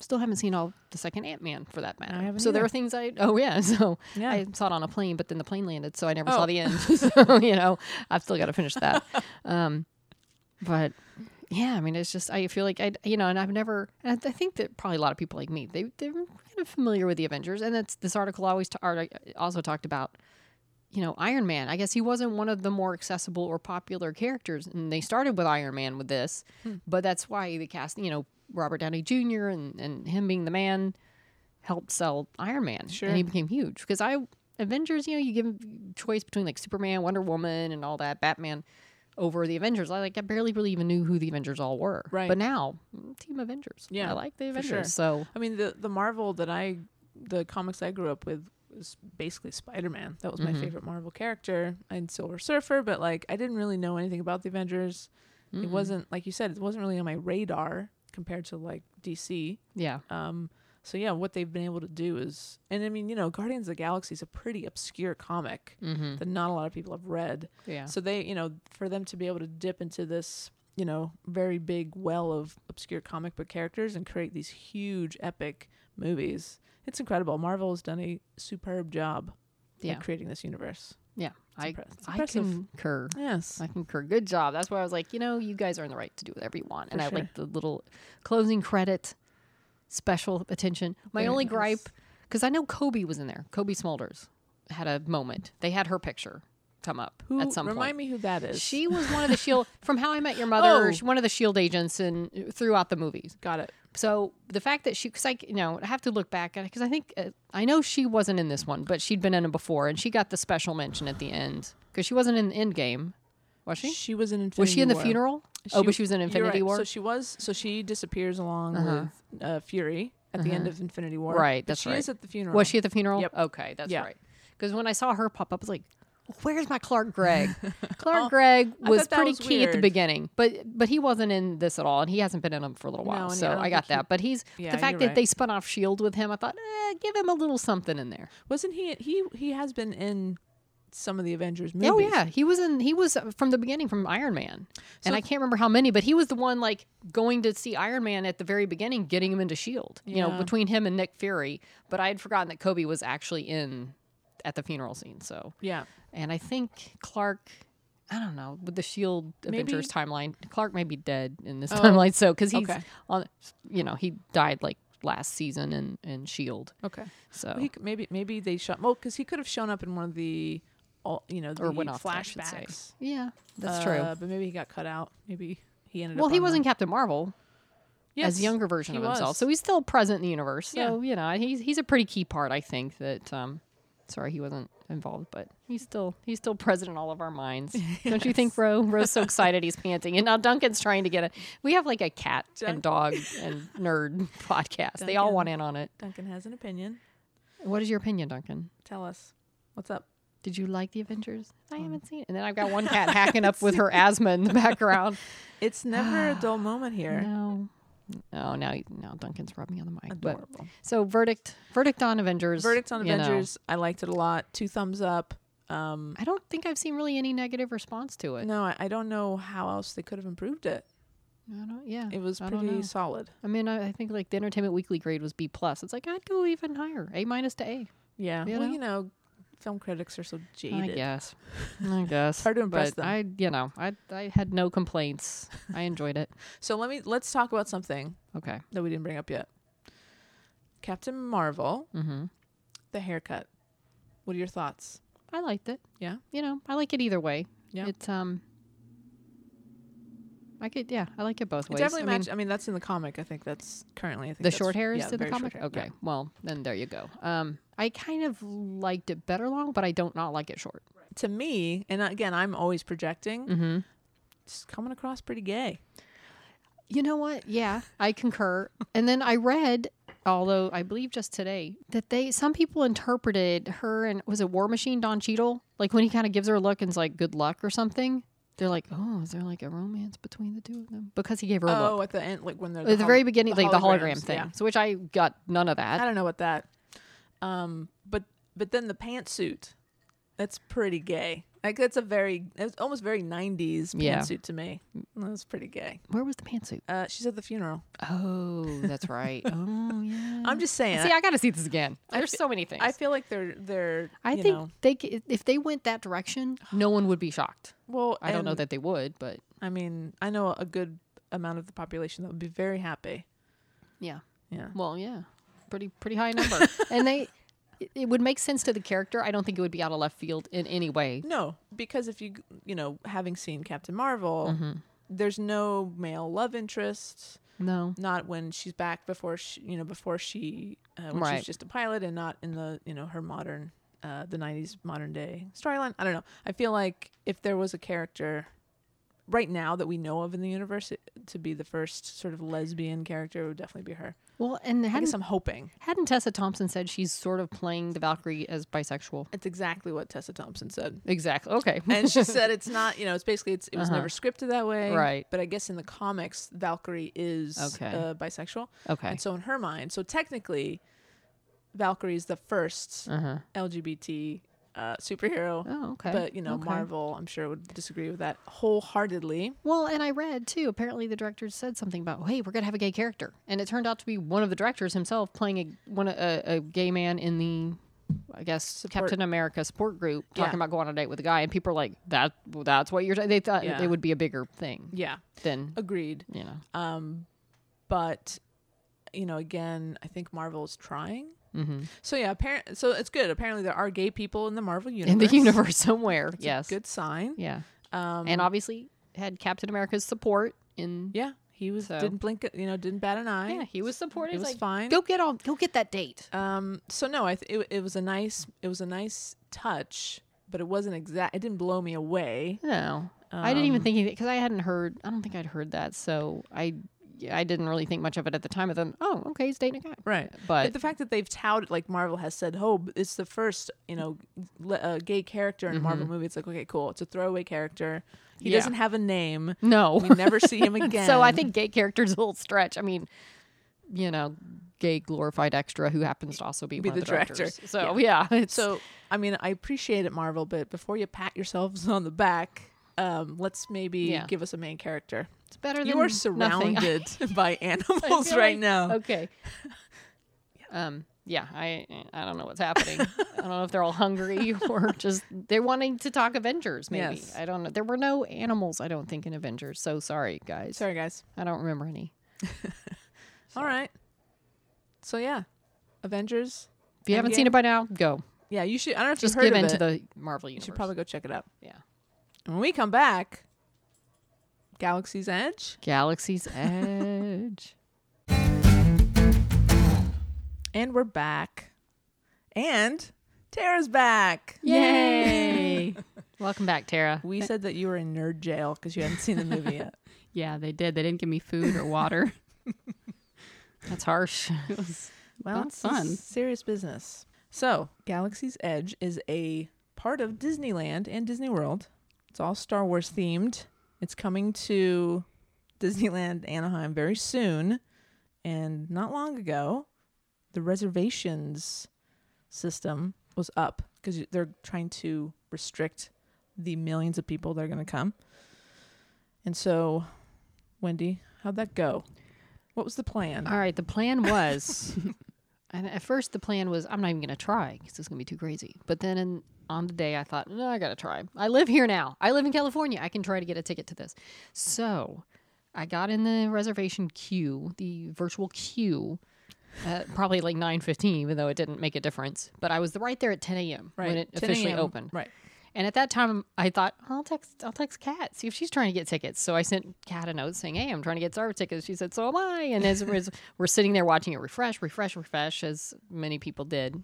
A: still haven't seen all the second Ant Man for that matter.
C: haven't
A: so there
C: either.
A: are things I oh yeah, so
C: Yeah.
A: I saw it on a plane, but then the plane landed, so I never
C: Oh.
A: saw the end. so you know I've still got to finish that. um, but yeah, I mean it's just I feel like I you know, and I've never and I think that probably a lot of people like me they they're kind of familiar with the Avengers, and that's this article always ta- art- also talked about. You know, Iron Man. I guess he wasn't one of the more accessible or popular characters, and they started with Iron Man with this,
C: Hmm.
A: but that's why the cast. You know, Robert Downey Jr. and and him being the man helped sell Iron Man,
C: Sure.
A: and he became huge because I Avengers. You know, you give 'em choice between like Superman, Wonder Woman, and all that, Batman over the Avengers. I like I barely really even knew who the Avengers all were.
C: Right.
A: But now, mm, Team Avengers.
C: Yeah,
A: I like the
C: for
A: Avengers.
C: sure.
A: So
C: I mean the the Marvel that I the comics I grew up with was basically Spider Man. That was my favorite Marvel character and Silver Surfer, but like I didn't really know anything about the Avengers. It
A: mm-hmm.
C: wasn't like you said, it wasn't really on my radar compared to like DC.
A: yeah,
C: Um so yeah, what they've been able to do is and I mean, you know, Guardians of the Galaxy is a pretty obscure comic
A: Mm.
C: that not a lot of people have read.
A: mm-hmm. yeah,
C: So they, you know, for them to be able to dip into this, you know, very big well of obscure comic book characters and create these huge epic movies, it's incredible. Marvel has done a superb job
A: Yeah.
C: at creating this universe.
A: yeah. I
C: impress- it's
A: I
C: impressive.
A: concur.
C: Yes.
A: I concur. Good job. That's why I was like, you know, you guys earn the right to do whatever you want. and
C: sure.
A: I like the little closing credit, special attention. My
C: Very
A: only
C: nice.
A: gripe, because I know Kobe was in there. Kobe Smulders had a moment. They had her picture come up
C: who
A: at some
C: remind
A: point.
C: me who that is?
A: She was one of the shield from How I Met Your Mother.
C: Oh.
A: she- One of the shield agents in throughout the movies.
C: got it.
A: So the fact that she, because I, you know, I have to look back at it because I think uh, I know she wasn't in this one, but she'd been in it before, and she got the special mention at the end because she wasn't in Endgame, was she?
C: She was in Infinity
A: was she in the
C: War.
A: funeral? oh, but she was in
C: you're
A: Infinity
C: right.
A: War. Uh-huh.
C: So she was. So she disappears along with uh, Fury at the end of Infinity War.
A: Right,
C: But
A: that's
C: she
A: right.
C: is at the funeral.
A: was she at the funeral?
C: Yep.
A: Okay, that's
C: Yeah.
A: right. Because when I saw her pop up, I was like, "Where's my Clark Gregg?" Clark Gregg was
C: thought that
A: pretty
C: was
A: key at the
C: weird.
A: beginning, but but he wasn't in this at all, and he hasn't been in them for a little while.
C: and I
A: so
C: don't
A: I got
C: think he-
A: that. but he's
C: Yeah,
A: the fact
C: you're
A: that
C: right.
A: they spun off Shield with him. I thought, eh, give him a little something in there.
C: Wasn't he? He he has been in some of the Avengers movies.
A: Oh yeah, he was in. He was uh, from the beginning from Iron Man, and I can't remember how many, but he was the one like going to see Iron Man at the very beginning, getting him into Shield. E You
C: Yeah.
A: know, between him and Nick Fury. But I had forgotten that Kobe was actually in at the funeral scene. So,
C: Yeah.
A: and I think Clark. I don't know with the Shield
C: Maybe-
A: Avengers timeline. Clark may be dead in this
C: Oh,
A: timeline, so because he's
C: okay.
A: on, you know, he died like last season in in Shield.
C: Okay.
A: E So
C: He c- maybe maybe they shot well because he could have shown up in one of the, all, you know, the
A: or went off. I should say.
C: flashbacks.
A: Yeah, that's
C: Uh,
A: true.
C: But maybe he got cut out. Maybe he ended
A: Well,
C: up.
A: he
C: on
A: was
C: the-
A: in Captain Marvel as a
C: Yes,
A: younger version
C: he
A: of himself,
C: was.
A: so he's still present in the universe. So
C: Yeah.
A: you know, he's he's a pretty key part. I think that. um Sorry, he wasn't involved, but he's still he's still present in all of our minds. Don't you think, Ro? Ro's so excited he's panting, and now Duncan's trying to get a. We have like a cat and dog and nerd podcast. They all
C: Duncan.
A: want in on it.
C: Duncan has an opinion.
A: What is your opinion, Duncan?
C: Tell us what's up.
A: Did you like the Avengers? Um, I haven't seen it. And then I've got one cat hacking up with her asthma in the background.
C: It's never a dull moment here.
A: No. Oh, now now Duncan's rubbing on the mic. But
C: Adorable.
A: so verdict verdict on Avengers.
C: Verdict on
A: you know.
C: Avengers. I liked it a lot. Two thumbs up. Um,
A: I don't think I've seen really any negative response to it.
C: no, I, I don't know how else they could have improved it.
A: I don't, yeah,
C: It was
A: I don't know.
C: pretty solid.
A: I mean, I, I think like the Entertainment Weekly grade was B plus. It's like I'd go even higher, A minus to A.
C: Yeah.
A: You
C: well,
A: know?
C: you know, film critics are so
A: I
C: jaded.
A: guess. I guess.
C: Hard to impress
A: but
C: them.
A: I, you know, I I had no complaints. I enjoyed it.
C: So let me let's talk about something
A: Okay.
C: that we didn't bring up yet. Captain Marvel,
A: Mm-hmm.
C: the haircut. What are your thoughts?
A: I liked it.
C: Yeah?
A: You know, I like it either way.
C: Yeah.
A: It's um I could yeah, I like it both
C: It
A: ways.
C: definitely
A: I mean,
C: matched. I mean, that's in the comic. I think that's currently. I think
A: the
C: that's-
A: short hair is
C: yeah,
A: in the
C: very short
A: comic.
C: hair,
A: okay.
C: yeah.
A: Well, then there you go. Um I kind of liked it better long, but I don't not like it short.
C: To me, and again, I'm always projecting.
A: Mm-hmm.
C: It's coming across pretty gay.
A: You know what? Yeah, I concur. And then I read, although I believe just today, that they some people interpreted her and was it War Machine Don Cheadle? Like when he kind of gives her a look and's like good luck or something. They're like, oh, is there like a romance between the two of them? Because he gave her a look.
C: Oh, at the end, like when they're
A: at the
C: hol-
A: very beginning, like the hologram
C: holograms,
A: thing.
C: yeah.
A: So which I got none of
C: I
A: that.
C: don't know what that. Um, but but then the pantsuit, that's pretty gay. Like that's a very, it's almost very '90s
A: Yeah.
C: pantsuit to me. That's pretty gay.
A: Where was the pantsuit?
C: Uh, she's at the funeral.
A: Oh, that's right. oh yeah.
C: I'm just saying.
A: See, I got to see this again. There's so many things.
C: I feel like they're they're.
A: I
C: you
A: think
C: know-
A: they c- if they went that direction, no one would be shocked.
C: well,
A: I don't know
C: and-
A: that they would, but
C: I mean, I know a good amount of the population that would be very happy.
A: yeah.
C: Yeah.
A: Well, yeah. Pretty pretty high number. and they it- it would make sense to the character. I don't think it would be out of left field in any way.
C: No, because if you you know, having seen Captain Marvel,
A: Mm-hmm.
C: there's no male love interest.
A: No.
C: Not when she's back before she, you know, before she uh, when
A: Right.
C: she's just a pilot, and not in the you know her modern uh, the '90s modern day storyline. I don't know. I feel like if there was a character right now that we know of in the universe it, to be the first sort of lesbian character, it would definitely be her.
A: Well, and
C: I guess
A: hadn't,
C: I'm hoping.
A: hadn't Tessa Thompson said she's sort of playing the Valkyrie as bisexual?
C: It's exactly what Tessa Thompson said.
A: Exactly. Okay.
C: and she said it's not you know it's basically it's, it was
A: Uh-huh.
C: never scripted that way
A: Right.
C: but i guess in the comics valkyrie is
A: Okay.
C: uh, bisexual
A: okay.
C: and so in her mind so technically valkyrie is the 1st
A: Uh-huh.
C: lgbt uh, superhero
A: Oh, okay.
C: but you know
A: Okay.
C: marvel i'm sure would disagree with that wholeheartedly
A: Well, and I read too. Apparently, the director said something about, "Hey, we're gonna have a gay character," and it turned out to be one of the directors himself playing a one a, a gay man in the, I guess,
C: Support-
A: Captain America support group, talking
C: Yeah.
A: about going on a date with a guy, and people are like, "That that's what you're." ta-" They thought
C: Yeah.
A: it would be a bigger thing
C: yeah
A: than
C: agreed
A: you know.
C: um but you know again i think marvel's trying
A: Mm-hmm.
C: so yeah apparent so it's good apparently there are gay people in the marvel universe
A: In the universe somewhere,
C: It's a
A: yes,
C: good sign
A: yeah,
C: um
A: and obviously had Captain America's support in.
C: Yeah, he was
A: So-
C: didn't blink. You know, didn't bat an eye.
A: Yeah, he was supported.
C: It was
A: like,
C: fine.
A: Go get on. Go get that date.
C: Um. So no, I th- it, it was a nice it was a nice touch, but it wasn't exact. It didn't blow me away.
A: No, I didn't even
C: Um,
A: think anything because I hadn't heard. I don't think I'd heard that, so I I didn't really think much of it at the time. And then, oh, okay, he's dating a guy,
C: Right. But
A: but
C: the fact that they've touted, like Marvel has said, "Oh, b- it's the first you know le- uh, gay character in a Marvel movie." It's like, okay, cool. It's a throwaway character. He
A: Mm-hmm. Yeah.
C: doesn't have a name.
A: no.
C: We never see him again.
A: so I think gay characters will stretch. I mean, you know, gay glorified extra who happens to also be,
C: Be
A: one of
C: the
A: the
C: director.
A: directors. So yeah, it's,
C: So I mean, I appreciate it, Marvel, but before you pat yourselves on the back, um, let's maybe
A: Yeah.
C: give us a main character.
A: it's better than
C: You are
A: nothing.
C: surrounded by
A: I
C: animals
A: feel
C: right
A: like-
C: now.
A: Okay. Um, yeah, I I don't know what's happening. I don't know if they're all hungry or just they're wanting to talk Avengers. Maybe
C: Yes.
A: I don't know. There were no animals, I don't think, in Avengers. So sorry, guys.
C: Sorry, guys.
A: I don't remember any.
C: All right. So yeah, Avengers.
A: If you haven't seen
C: Endgame?
A: it by now, go.
C: Yeah, you should. I don't know if
A: Just
C: you've heard
A: give in
C: of
A: to
C: it.
A: the Marvel
C: you
A: universe.
C: should probably go check it out.
A: yeah.
C: And when we come back, Galaxy's Edge
A: Galaxy's Edge.
C: And we're back. And Tara's back.
A: Yay! Welcome back, Tara.
C: We said that you were in nerd jail because you hadn't seen the movie yet.
B: Yeah, they did. They didn't give me food or water.
A: That's harsh.
B: It was-
C: Well,
B: That's
C: this is
B: fun.
C: serious business. So, Galaxy's Edge is a part of Disneyland and Disney World. It's all Star Wars themed. It's coming to Disneyland Anaheim very soon. And not long ago, the reservations system was up because they're trying to restrict the millions of people that are going to come. And so, Wendy, how'd that go? What was the plan?
A: All right, the plan was, and at first the plan was, I'm not even going to try because it's going to be too crazy. But then in, on the day, I thought, no, I got to try. I live here now. I live in California. I can try to get a ticket to this. So I got in the reservation queue, the virtual queue, uh, probably like 9.15, even though it didn't make a difference. But I was right there at 10 a.m. when it
C: 10
A: officially
C: a.m.
A: opened.
C: Right.
A: And at that time, I thought I'll text I'll text Kat see if she's trying to get tickets. So I sent Kat a note saying, "Hey, I'm trying to get Star Wars tickets." She said, "So am I." And as we're, we're sitting there watching it refresh, refresh, refresh, as many people did,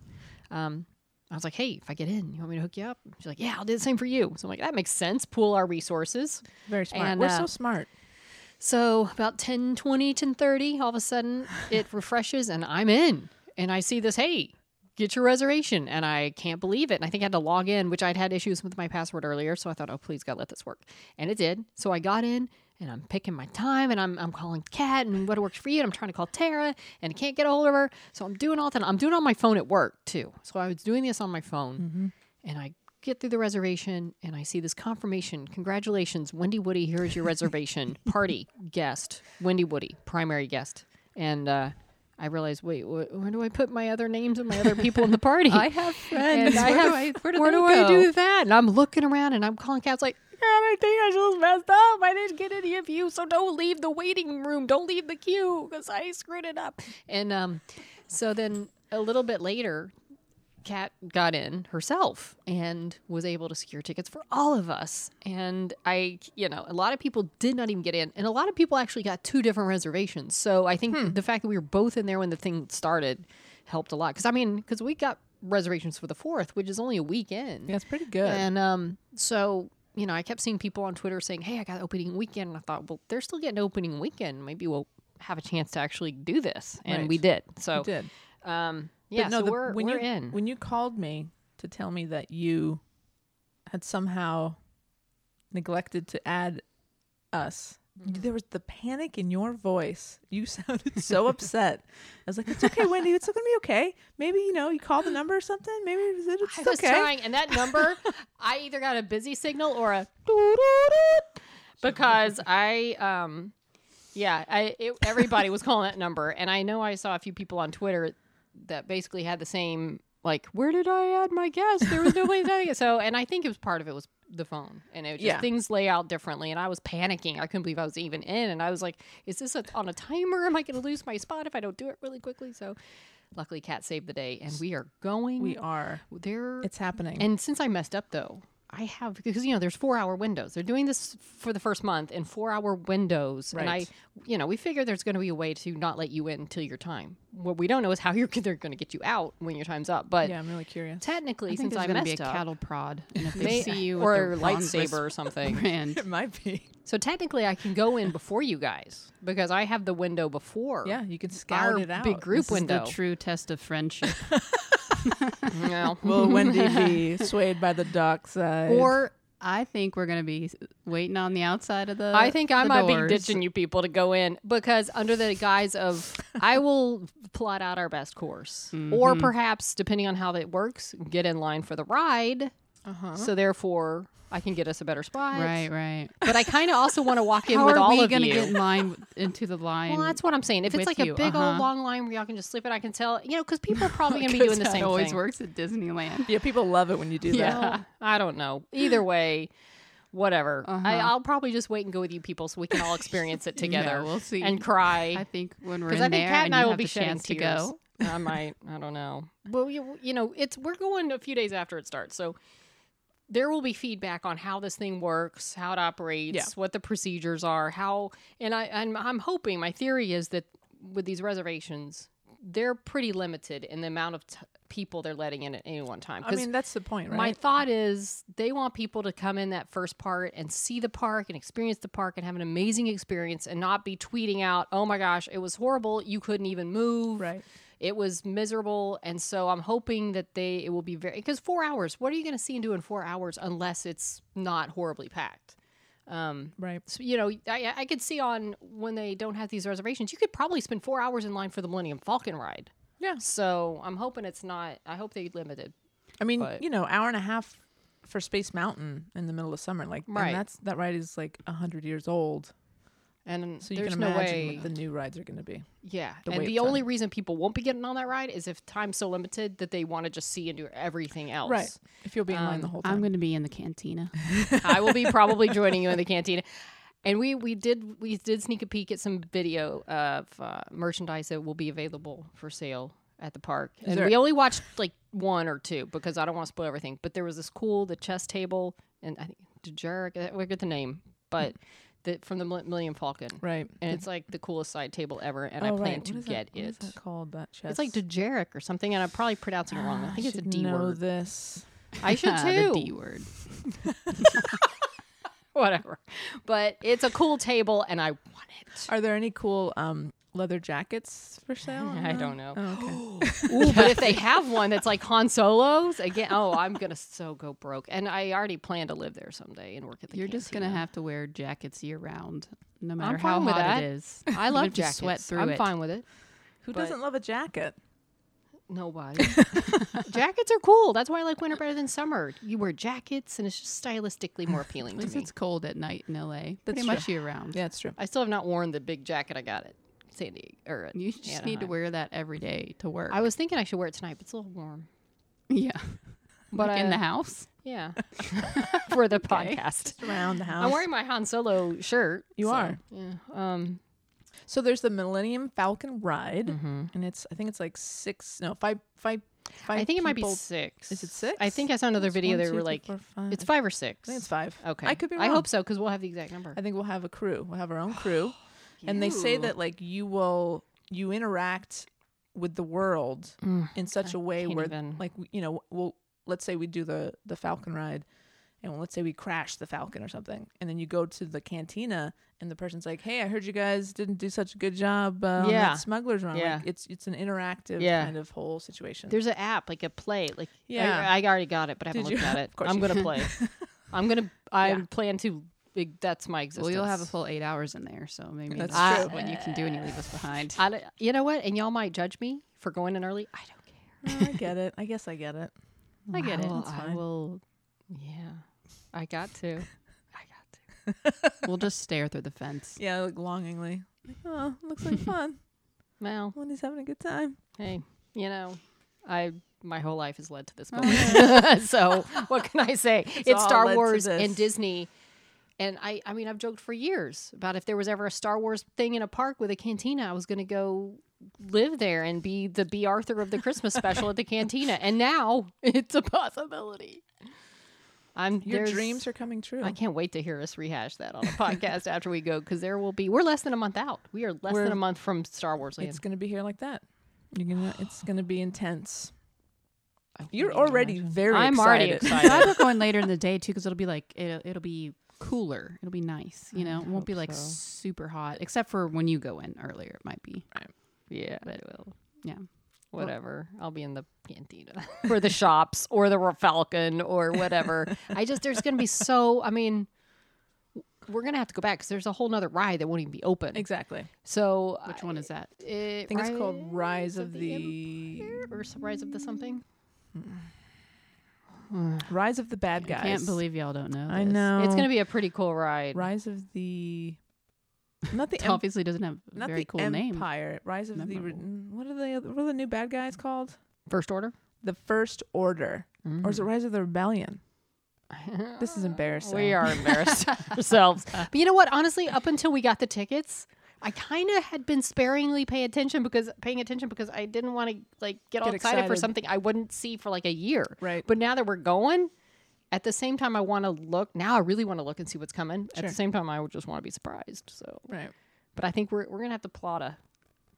A: um, I was like, "Hey, if I get in, you want me to hook you up?" She's like, "Yeah, I'll do the same for you." So I'm like, "That makes sense. Pool our resources."
C: Very smart.
A: And,
C: We're
A: uh,
C: so smart.
A: So about 10, 20, 10, 30, all of a sudden it refreshes and I'm in. And I see this, hey, get your reservation. And I can't believe it. And I think I had to log in, which I'd had issues with my password earlier. So I thought, oh, please God, let this work. And it did. So I got in and I'm picking my time and I'm, I'm calling Kat and what works for you. And I'm trying to call Tara and I can't get a hold of her. So I'm doing all that. I'm doing it on my phone at work too. So I was doing this on my phone and I get through the reservation and I see this confirmation. Congratulations, Wendy Woody. Here is your reservation. Party guest, Wendy Woody, primary guest. And uh, I realize, wait, wh- where do I put my other names and my other people in the party?
C: I have friends.
A: and I
C: Where do
A: have,
C: I-
A: where do,
C: they
A: I
C: go?
A: do that? And I'm looking around and I'm calling cats like,
C: God, I think I just messed up. I didn't
A: get any of you, so don't leave the waiting room. Don't leave the queue because I screwed it up. And um, so then a little bit later, Kat got in herself and was able to secure tickets for all of us. And I, you know, a lot of people did not even get in, and a lot of people actually got two different reservations. So I think
C: Hmm.
A: the fact that we were both in there when the thing started helped a lot. Because I mean, because we got reservations for the fourth, which is only a weekend.
C: Yeah, it's pretty good.
A: And um, so you know, I kept seeing people on Twitter saying, "Hey, I got opening weekend," and I thought, "Well, they're still getting opening weekend. Maybe we'll have a chance to actually do this." And
C: Right.
A: we did. So
C: You did.
A: um,
C: But
A: yeah,
C: no,
A: so
C: the-
A: we're
C: when
A: we're
C: you,
A: in.
C: When you called me to tell me that you had somehow neglected to add us,
A: Mm-hmm.
C: there was the panic in your voice. You sounded so upset. I was like, "It's okay, Wendy. It's gonna be okay. Maybe you know, you call the number or something. Maybe it's, it's
A: I
C: okay."
A: was trying, and that number, I either got a busy signal or a because I um, yeah, I it, everybody was calling that number, and I know I saw a few people on Twitter that basically had the same like, where did I add my guest? There was no place adding it. So, and I think it was part of it was the phone, and it was just
C: Yeah.
A: things lay out differently, and I was panicking. I couldn't believe I was even in, and I was like, is this a, on a timer? Am I going to lose my spot if I don't do it really quickly? So. Luckily, Kat saved the day, and we are going.
C: We are.
A: They're
C: It's happening.
A: and since I messed up though, I have because you know there's four hour windows. They're doing this for the first month in four hour windows, and I,
C: Right.
A: you know, we figure there's going to be a way to not let you in till your time. What we don't know is how you're they're going to get you out when your time's up. But
C: yeah, I'm really curious.
A: technically,
B: I think
A: since
B: there's
A: I
B: going
A: messed
B: to be a
A: up,
B: cattle prod, and if they
A: may-
B: see you with
A: or
B: the wrong
A: lightsaber or something.
B: wristband,
C: It might be.
A: So technically, I can go in before you guys because I have the window before.
C: Yeah, you can scout
A: Our
C: it out.
A: big group
B: this is the
A: window.
B: true test of friendship.
A: you know.
C: Will Wendy be swayed by the dark side?
B: or I think we're going to be waiting on the outside of the.
A: I think I
B: the
A: might
B: doors.
A: be ditching you people to go in because under the guise of I will plot
B: Mm-hmm.
A: out our best course, or perhaps depending on how that works, get in line for the ride
C: Uh-huh.
A: So therefore, I can get us a better spot.
B: Right, right.
A: But I kind of also want to walk in
B: How
A: with
B: are
A: all
B: we
A: of
B: gonna
A: you.
B: get in line with- into the line?
A: well, that's what I'm saying. If it's
B: with
A: like
B: you,
A: a big old
B: uh-huh.
A: long line where y'all can just slip it, I can tell. You know, because people are probably going to be doing the
B: 'Cause that
A: same
B: always
A: thing.
B: works at Disneyland.
C: Yeah, people love it when you do
A: Yeah.
C: that.
A: I don't know. Either way, whatever.
B: Uh-huh.
A: I, I'll probably just wait and go with you people so we can all experience it together
B: Yeah, we'll see.
A: and cry.
B: I think when we're in
A: Because I
B: there
A: think Kat and
B: and you
A: I will
B: have
A: be
B: the
A: shedding
B: chance to
A: tears.
B: go.
A: I might. I don't know. Well, you, you know, it's we're going a few days after it starts, so there will be feedback on how this thing works, how it operates,
C: Yeah.
A: what the procedures are, how. And I, I'm, I'm hoping my theory is that with these reservations, they're pretty limited in the amount of t- people they're letting in at any one time.
C: I
A: 'Cause
C: mean, that's the point, right?
A: my thought is they want people to come in that first part and see the park and experience the park and have an amazing experience and not be tweeting out, "Oh my gosh, it was horrible. You couldn't even move.
C: Right.
A: It was miserable." And so I'm hoping that they it will be very because four hours. What are you going to see and do in four hours unless it's not horribly packed? Um,
C: right.
A: so, you know, I, I could see on when they don't have these reservations, you could probably spend four hours in line for the Millennium Falcon ride.
C: Yeah.
A: So I'm hoping it's not. I hope they limit it.
C: I mean,
A: But-
C: you know, hour and a half for Space Mountain in the middle of summer, like, and
A: Right.
C: that's that ride is like hundred years old,
A: And
C: so you
A: there's
C: can
A: no
C: imagine
A: way
C: what the new rides are going to be.
A: Yeah,
C: the
A: and
C: wait
A: the
C: time.
A: only reason people won't be getting on that ride is if time's so limited that they want to just see and do everything else. Um,
C: Right. If you'll be in line the whole time.
B: I'm going to be in the cantina.
A: I will be probably joining you in the cantina. And we we did we did sneak a peek at some video of uh, merchandise that will be available for sale at the park. and
C: there-
A: we only watched like one or two because I don't want to spoil everything. But there was this cool the chess table and I think Djerk, we get the name, but the, from the Mil- Millennium Falcon.
C: Hmm. right.
A: And it's like the coolest side table ever, and I
C: Oh,
A: plan
C: right.
A: to
C: What is
A: get
C: that, What is
A: it.
C: that called? That chest.
A: It's like Dejeric or something, and I'm probably pronouncing it wrong.
B: Ah,
A: I think it's a
C: should
A: D
C: know
A: word.
C: this.
A: I should too.
B: the D word.
A: Whatever. But it's a cool table, and I want it.
C: Are there any cool um, leather jackets for sale?
A: I don't know.
C: Oh,
A: Ooh, but if they have one that's like Han Solo's again, oh, I'm gonna so go broke. And I already plan to live there someday and work at the.
B: You're just going to
A: cantina.
B: have to wear jackets year round, no matter how
A: fine with
B: hot
A: that.
B: it is.
A: I
B: You
A: love
B: have to
A: jackets.
B: sweat through
A: I'm
B: it.
A: fine with it.
C: Who
A: But-
C: doesn't love a jacket?
A: Nobody. jackets are cool. That's why I like winter better than summer. You wear jackets, and it's just stylistically more appealing
B: At
A: to
B: least
A: me.
B: it's cold at night in LA.
C: That's
B: Pretty much year round.
C: Yeah, it's true.
A: I still have not worn the big jacket I got at San Diego. Or at
B: You just need to
A: Anaheim.
B: wear that every day to work.
A: I was thinking I should wear it tonight, but it's a little warm.
B: yeah.
A: But
B: like in
A: I-
B: the house.
A: Yeah. For the podcast.
C: Around the house.
A: I'm wearing my Han Solo shirt.
C: You
A: so,
C: are.
A: Yeah. Um,
C: So there's the Millennium Falcon ride, and it's I think it's like six, no five, five, five.
A: Mm-hmm. I think it might be
C: people-
A: six.
C: Is it six?
A: I think I saw another
C: It's
A: video.
C: one,
A: They
C: two,
A: were
C: three,
A: like,
C: four, five.
A: it's five or six.
C: I think it's five.
A: Okay.
C: I could be wrong.
A: I hope so because we'll have the exact number.
C: I think we'll have a crew. We'll have our own crew, and they say
A: Ew.
C: that like you will you interact with the world in such a way
A: Mm. can't
C: where
A: even.
C: like we- you know we'll let's say we do the the Falcon ride, and let's say we crash the Falcon or something, and then you go to the cantina and the person's like, hey, I heard you guys didn't do such a good job uh, on
A: Yeah.
C: that Smuggler's Run.
A: Yeah.
C: Like, it's it's an interactive
A: Yeah.
C: kind of whole situation.
A: There's an app, like a play. Like,
C: Yeah.
A: I, I already got it, but I haven't
C: Did you?
A: looked at it.
C: Of course
A: I'm
C: you
A: going to play. I'm going to, I
C: Yeah.
A: plan to, that's my existence.
B: Well, you'll have a full eight hours in there, so maybe
C: That's
B: that's
C: true.
B: what you can do when you leave us behind.
A: I don't- you know what? And y'all might judge me for going in early. I don't care.
C: Oh, I get it. I guess I get it.
B: I get it.
A: will-
B: That's
A: I
C: fine.
A: will. Yeah, I got to. I got to.
B: We'll just stare through the fence.
C: Yeah, like longingly. Like, oh, looks like fun.
A: Well,
C: Wendy's having a good time.
A: hey, you know, I my whole life has led to this moment. so what can I say? It's,
C: all led
A: Star
C: to
A: Wars
C: this.
A: and Disney. And I, I mean, I've joked for years about if there was ever a Star Wars thing in a park with a cantina, I was going to go live there and be the B. Arthur of the Christmas special at the cantina. And now it's a possibility. I'm
C: Your
A: there's-
C: dreams are coming true.
A: I can't wait to hear us rehash that on a podcast after we go because there will be. We're less than a month out. We are less
C: We're-
A: than a month from Star Wars Land.
C: It's gonna be here like that. You're gonna. It's gonna be intense.
A: I can't
C: You're
A: even
C: already
A: imagine.
C: very.
A: I'm already
C: excited.
A: excited.
B: I love going later in the day too, because it'll be like it'll, it'll be cooler. It'll be nice. You know, it won't be like
A: so.
B: super hot, except for when you go in earlier. It might be.
A: Yeah, it will.
B: Yeah.
A: Whatever. I'll be in the cantina or the shops or the Falcon or whatever. I just there's gonna be so. I mean, we're gonna have to go back because there's a whole nother ride that won't even be open.
C: Exactly.
A: So
B: Which one is that?
A: It,
C: I think it's called Rise of
A: the
C: the. Mm.
A: Empire or Rise of the something.
C: Rise of the Bad
B: I
C: Guys.
B: can't believe y'all don't know.
C: I
B: this.
C: know.
A: It's gonna be a pretty cool ride.
C: Rise of the. Not the
B: It
C: em-
B: obviously doesn't have a
C: not
B: very
C: the
B: cool name.
C: Empire. Rise of the. Re-
B: Memorable.
C: mm, What are the other- what are the new bad guys called?
A: First order.
C: The First Order, or
A: Mm.
C: is it Rise of the Rebellion? This is embarrassing.
A: We are embarrassed ourselves. But you know what? Honestly, up until we got the tickets, I kind of had been sparingly pay attention because paying attention because I didn't want to like get, all
C: Get
A: excited, for
C: excited.
A: something I wouldn't see for like a year.
C: Right.
A: But now that we're going, at the same time I want to look. Now I really want to look and see what's coming. At
C: Sure.
A: the same time I would just want to be surprised. So,
C: right.
A: but I think we're we're gonna have to plot a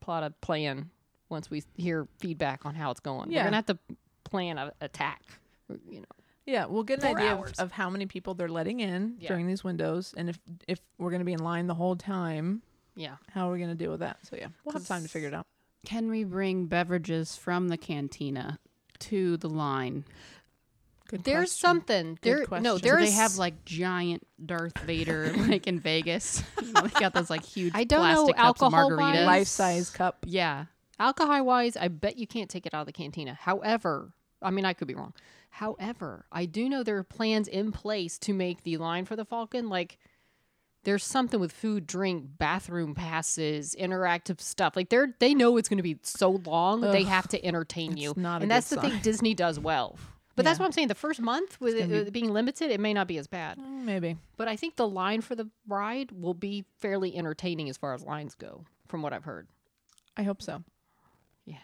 A: plot a plan once we hear feedback on how it's going.
C: Yeah.
A: We're gonna have to plan a attack. You know.
C: Yeah, we'll get an
A: Four
C: idea
A: hours.
C: of, of how many people they're letting in
A: Yeah.
C: during these windows, and if if we're going to be in line the whole time,
A: Yeah.
C: how are we going to deal with that? So yeah, we'll have time to figure it out.
B: Can we bring beverages from the cantina to the line?
C: Good
A: There's
C: question.
A: something. There no.
C: question.
B: Do
A: There's
B: they have like giant Darth Vader like in Vegas? You know, they got those like huge
A: I don't know
B: plastic cups of
A: alcohol-wise.
B: margaritas.
C: life size cup.
B: Yeah.
A: alcohol wise. I bet you can't take it out of the cantina. However, I mean I could be wrong. However, I do know there are plans in place to make the line for the Falcon like. There's something with food, drink, bathroom passes, interactive stuff. Like they're they know it's going to be so long that they have to entertain you, and
C: not a good
A: that's the thing
C: sign.
A: Disney does well. But that's
C: Yeah.
A: what I'm saying. The first month with it, it being limited, it may not be as bad.
C: Mm, Maybe
A: But I think the line for the ride will be fairly entertaining as far as lines go, from what I've heard.
C: I hope so.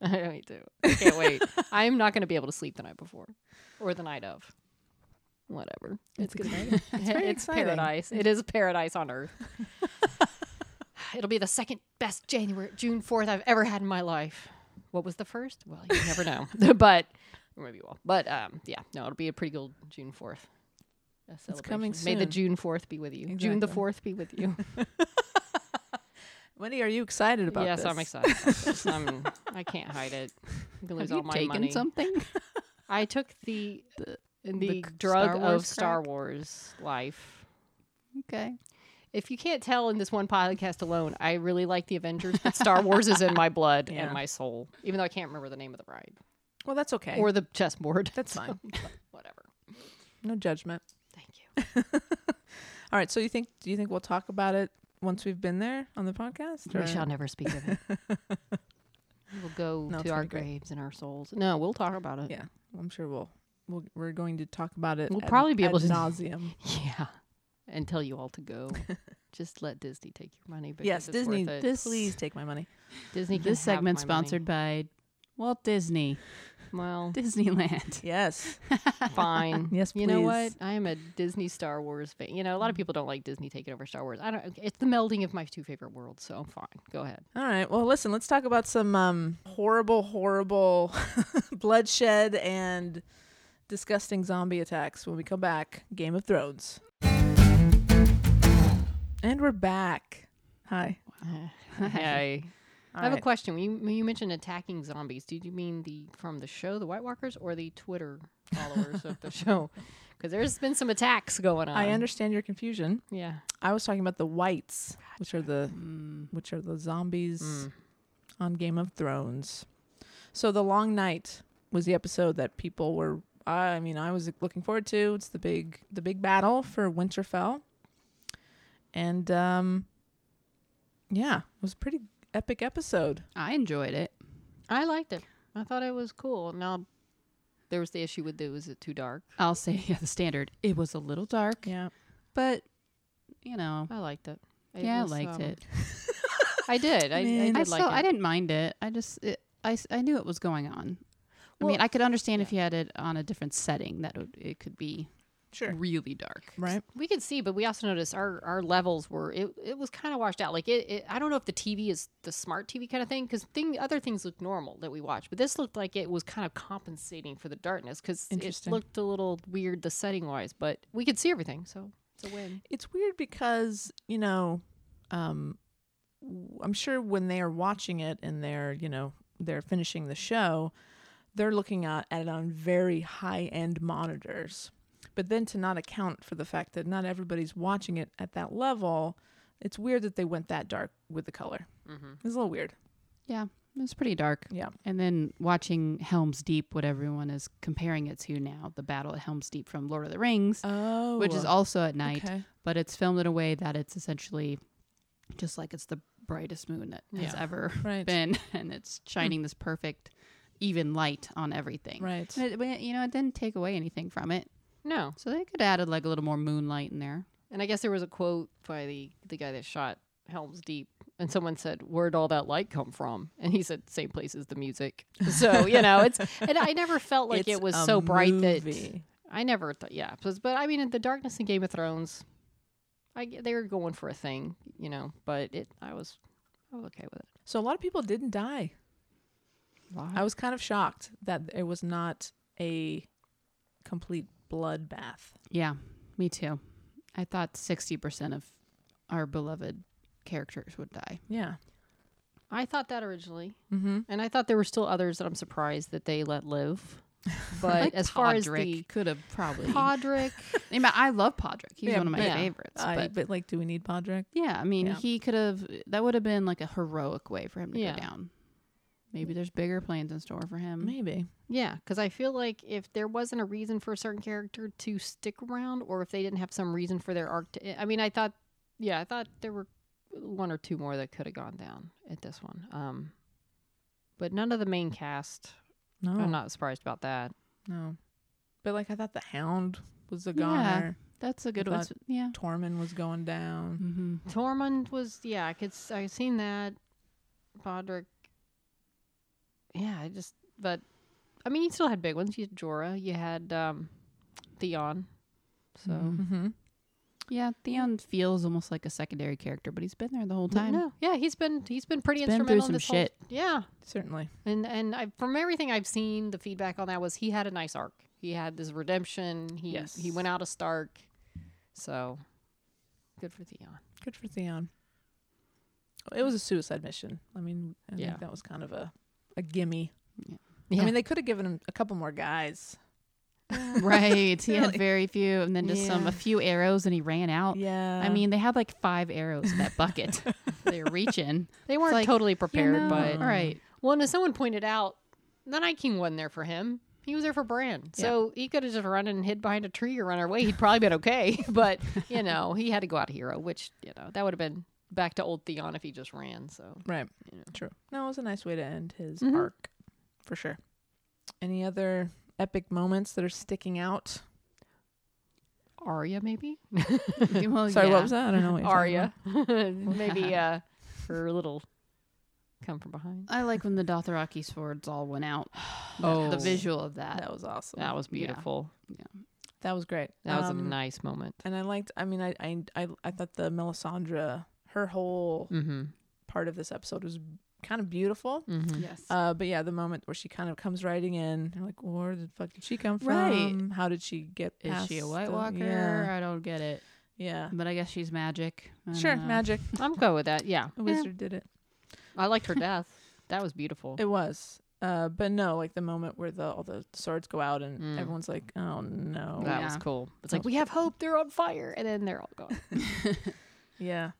A: Me too. I can't wait. I'm not going to be able to sleep the night before or the night of. Whatever. It's gonna be. It's,
C: very exciting.
A: paradise. It is paradise on earth. It'll be the second best January, June 4th I've ever had in my life. What was the first? Well, you never know. but or maybe you will. But um, yeah, no, it'll be a pretty good June 4th. A
C: coming
A: celebration. May the
C: soon.
A: June 4th be with you. June the
C: Exactly.
A: 4th be with you.
C: Wendy, are you excited about
A: yes,
C: this?
A: I'm excited. about this. I'm, I can't hide it. I'm gonna lose
B: Have you
A: all my
B: taken
A: money.
B: something?
A: I took the the,
B: the c-
A: drug
B: Star
A: of
B: Wars
A: Star
B: crack?
A: Wars life.
B: okay.
A: If you can't tell in this one podcast alone, I really like the Avengers, but Star Wars is in my blood
C: Yeah.
A: and my soul. Even though I can't remember the name of the ride
C: Well, that's okay.
A: or the chessboard.
C: that's fine.
A: Whatever.
C: No judgment.
A: Thank you.
C: All right. So you think? Do you think we'll talk about it once we've been there on the podcast? or-
A: We shall never speak of it. We'll go
C: No, it's
A: to our
C: gonna be great.
A: graves and our souls. No, we'll talk about it.
C: Yeah, I'm sure we'll. We'll, we're going to talk about it.
A: We'll
C: ad-
A: probably be able
C: ad
A: to-
C: nauseum.
A: Yeah. And tell you all to go. Just let Disney take your money. Because
C: Yes,
A: it's
C: Disney.
A: Worth it.
C: This, please take my money.
A: Disney. Can
B: This
A: have
B: segment
A: my money.
B: sponsored by Walt Disney,
A: Well,
B: Disneyland.
C: Yes.
A: fine.
C: Yes,
A: You know what?
C: please.
A: I am a Disney Star Wars fan. You know, a lot of people don't like Disney taking over Star Wars. I don't. It's the melding of my two favorite worlds, so I'm fine. Go ahead.
C: All right. Well, listen. Let's talk about some um, horrible, horrible bloodshed and disgusting zombie attacks when we come back. Game of Thrones. And we're back. Hi.
A: I, I have a
C: Alright.
A: question. When you, when you mentioned attacking zombies, did you mean the from the show, the White Walkers, or the Twitter followers of the show? Because there's been some attacks going on.
C: I understand your confusion.
A: Yeah.
C: I was talking about the whites, which are the
B: Mm,
C: which are the zombies
A: Mm.
C: on Game of Thrones. So the Long Night was the episode that people were I mean, I was looking forward to. It's the big the big battle for Winterfell. And um yeah, it was a pretty epic episode.
B: I enjoyed it.
A: I liked it. I thought it was cool. Now, there was the issue with the was it too dark?
B: I'll say yeah, the standard. It was a little dark,
C: Yeah.
B: but you know,
A: I liked it. It
B: yeah,
A: was,
B: I liked
A: um,
B: it.
A: I did. I, I
C: Man.
A: did
B: I
A: like
B: still,
A: it.
B: I didn't mind it. I just, it, I, s- I knew it was going on. I mean,
A: Well,
B: I could understand if you had it on a different setting that would, it could be
C: Sure.
B: really dark.
C: Right?
A: We could see, but we also noticed our, our levels were it, it was kind of washed out. Like it, it, I don't know if the TV is the smart TV kind of thing because thing other things look normal that we watch, but this looked like it was kind of compensating for the darkness because it
C: Interesting.
A: looked a little weird the setting wise. But we could see everything, so it's a win.
C: It's weird because, you know, um w- I'm sure when they are watching it and they're, you know, they're finishing the show, they're looking at, at it on very high end monitors. But then to not account for the fact that not everybody's watching it at that level, it's weird that they went that dark with the color. It's a little weird.
B: Yeah, it was pretty dark.
C: Yeah.
B: And then watching Helm's Deep, what everyone is comparing it to now, the battle at Helm's Deep from Lord of the Rings,
C: Oh.
B: which is also at night,
C: Okay.
B: but it's filmed in a way that it's essentially just like it's the brightest moon that has
C: Yeah.
B: ever
C: Right.
B: been, and it's shining this perfect, even light on everything.
C: Right.
B: And it- but, you know, it didn't take away anything from it,
A: No.
B: so they could have added like a little more moonlight in there.
A: And I guess there was a quote by the, the guy that shot Helm's Deep, and someone said, Where'd all that light come from? And he said, Same place as the music. So, you know, it's, and I never felt like
C: It's
A: it was
C: a
A: so bright that
C: movie.
A: I never thought, yeah. But, but I mean, the darkness in Game of Thrones, I, g- they were going for a thing, you know, but it, I was, I was okay with it.
C: So a lot of people didn't die. I was kind of shocked that it was not a complete bloodbath.
B: Yeah, me too. I thought 60% of our beloved characters would die.
C: Yeah.
A: I thought that originally.
C: Mm-hmm.
A: And I thought there were still others that I'm surprised that they let live. But as far as the
B: could have probably
A: Podrick,
B: I mean, I love Podrick. He's
C: Yeah,
B: one of my
A: yeah.
B: favorites.
C: but,
B: but
C: like, do we need Podrick?
B: yeah, I mean,
C: Yeah.
B: he could have that would have been like a heroic way for him to
A: Yeah.
B: go down. Maybe there's bigger plans in store for him.
C: Maybe.
A: yeah, because I feel like if there wasn't a reason for a certain character to stick around, or if they didn't have some reason for their arc, to, eh, I mean, I thought, yeah, I thought there were one or two more that could have gone down at this one. Um, but none of the main cast,
C: No.
A: I'm not surprised about that.
C: No. But like I thought the Hound was a
B: Yeah.
C: goner.
B: That's a good
C: I
B: one.
C: thought-
B: Yeah.
C: Tormund was going down.
B: Mm-hmm.
A: Tormund was, yeah, I could, s- I seen that. Podrick, yeah, I just, but, I mean, you still had big ones. You had Jorah, you had um, Theon, so.
B: Mhm.
C: Mm-hmm.
B: Yeah, Theon feels almost like a secondary character, but he's been there the whole time.
A: No, yeah, he's been he's been pretty
B: He's been
A: instrumental.
B: through
A: in this
B: some
A: whole-
B: shit.
A: yeah,
C: Certainly.
A: and and I, from everything I've seen, the feedback on that was he had a nice arc. He had this redemption. He
C: Yes.
A: he went out of Stark, so good for Theon.
C: Good for Theon. It was a suicide mission. I mean, I
A: Yeah.
C: think that was kind of a, a gimme.
A: Yeah.
C: I mean, they could have given him a couple more guys.
B: right. He had
C: Really?
B: very few, and then just some
A: Yeah.
B: a few arrows, and he ran out.
C: Yeah.
B: I mean, they had like five arrows in that bucket. They're reaching.
A: they weren't
B: like,
A: totally prepared,
B: you know,
A: but
B: right.
A: well, and as someone pointed out, the Night King wasn't there for him. He was there for Bran, so he could have just run and hid behind a tree or run away. He'd probably been okay, but you know he had to go out a hero, which you know that would have been back to old Theon if he just ran. So
C: right.
A: you know.
C: True. No, it was a nice way to end his
B: Mm-hmm.
A: Mhm.
C: arc, for sure. Any other epic moments that are sticking out?
A: Arya maybe.
B: mm, Well,
C: Sorry,
B: Oh, yeah.
C: what was that? I don't know. What you're talking
A: Arya.
C: about.
A: Maybe uh, her little come from behind.
B: I like when the Dothraki swords all went out.
A: Oh.
B: the visual of that.
C: That was awesome.
A: That was
B: Yeah.
A: beautiful.
C: That was great.
A: That was a
C: Um,
A: nice moment.
C: And I liked. I mean, I I I, I thought the Melisandre her whole
A: Mm-hmm.
C: part of this episode was kind of beautiful.
A: Mm-hmm.
B: Yes.
C: Uh, but yeah, the moment where she kind of comes riding in, you're like, where the fuck did she come from?
B: Right.
C: How did she get?
B: Is
C: past
B: she a
C: the-
B: White Walker?
C: Yeah.
B: I don't get it.
C: yeah.
B: But I guess she's magic. I
C: Sure,
B: don't know.
C: magic.
A: I'm good with that. Yeah,
C: A wizard did it.
A: I liked her death. That was beautiful.
C: It was. Uh, but no, like the moment where the all the swords go out and
A: Mm.
C: everyone's like, oh no.
A: that
B: Yeah.
A: was cool. It's
C: That
A: like
C: was
A: we have hope. They're on fire, and then they're all gone.
C: Yeah.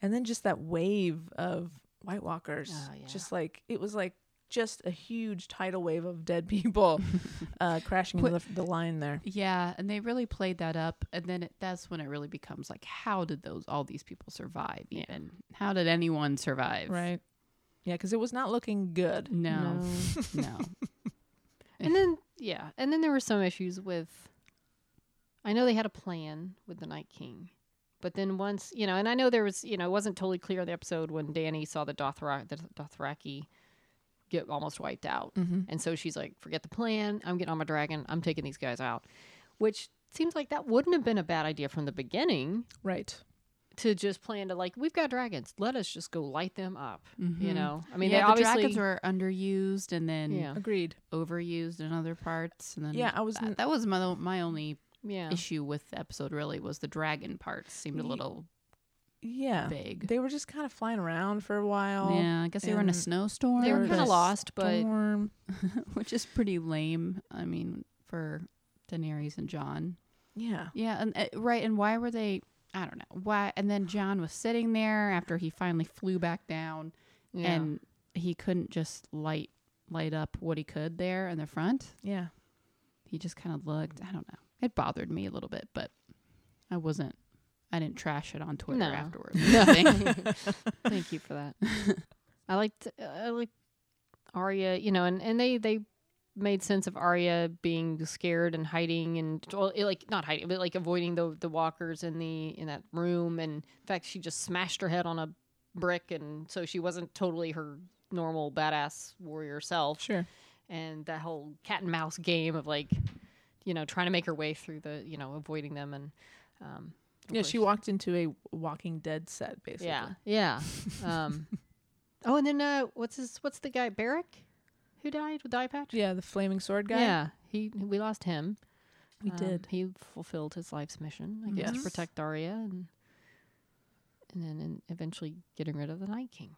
C: And then just that wave of White Walkers.
A: Oh, yeah.
C: Just like it was like just a huge tidal wave of dead people uh, crashing into the, the line there.
B: Yeah, and they really played that up, and then it, that's when it really becomes like, how did those all these people survive?
A: Yeah.
B: Even how did anyone survive?
C: Right. Yeah, because it was not looking good.
B: No, no.
A: and then yeah, and then there were some issues with. I know they had a plan with the Night King, but then once you know, and I know there was you know, it wasn't totally clear in the episode when Danny saw the Dothraki, the Dothraki get almost wiped out,
C: Mm-hmm.
A: and so she's like, "Forget the plan. I'm getting on my dragon. I'm taking these guys out," which seems like that wouldn't have been a bad idea from the beginning
C: Right.
A: to just plan to like, "We've got dragons. Let us just go light them up." You
B: Mhm.
A: know, I mean,
B: yeah,
A: they
B: the
A: obviously
B: dragons were underused and then
A: yeah,
C: Agreed.
B: overused in other parts, and then
C: Yeah, I was n-
B: that, that was my my only
A: yeah.
B: issue with the episode really was the dragon part seemed a
C: Ye-
B: little
C: Yeah.
B: big.
C: They were just kind of flying around for a while.
B: yeah, I guess they were in a
C: and
B: snowstorm,
A: They were
C: Nervous.
A: kind of lost, but
C: Storm.
B: which is pretty lame. I mean, for Daenerys and John.
C: Yeah.
B: Yeah, and uh, right, and why were they? I don't know why. And then John was sitting there after he finally flew back down,
A: yeah.
B: and he couldn't just light light up what he could there in the front.
C: Yeah.
B: He just kind of looked. I don't know. It bothered me a little bit, but I wasn't. I didn't trash it on Twitter
A: No.
B: afterwards.
A: Thank you for that. I liked I liked Arya, you know, and, and they they made sense of Arya being scared and hiding and well, it, like not hiding, but like avoiding the the walkers in the in that room. And in fact, she just smashed her head on a brick, and so she wasn't totally her normal badass warrior self.
C: Sure.
A: And that whole cat and mouse game of like, you know, trying to make her way through the, you know, avoiding them and. Um, of
C: Yeah,
A: course-
C: she walked into a Walking Dead set basically.
A: yeah, yeah. Um, oh, and then uh, what's his? What's the guy Barrick, who died with the eye patch?
C: Yeah, the flaming sword guy.
A: Yeah, he we lost him.
C: we
A: Um,
C: did.
A: He fulfilled his life's mission, I guess,
C: Yes.
A: protect Arya and and then and eventually getting rid of the Night King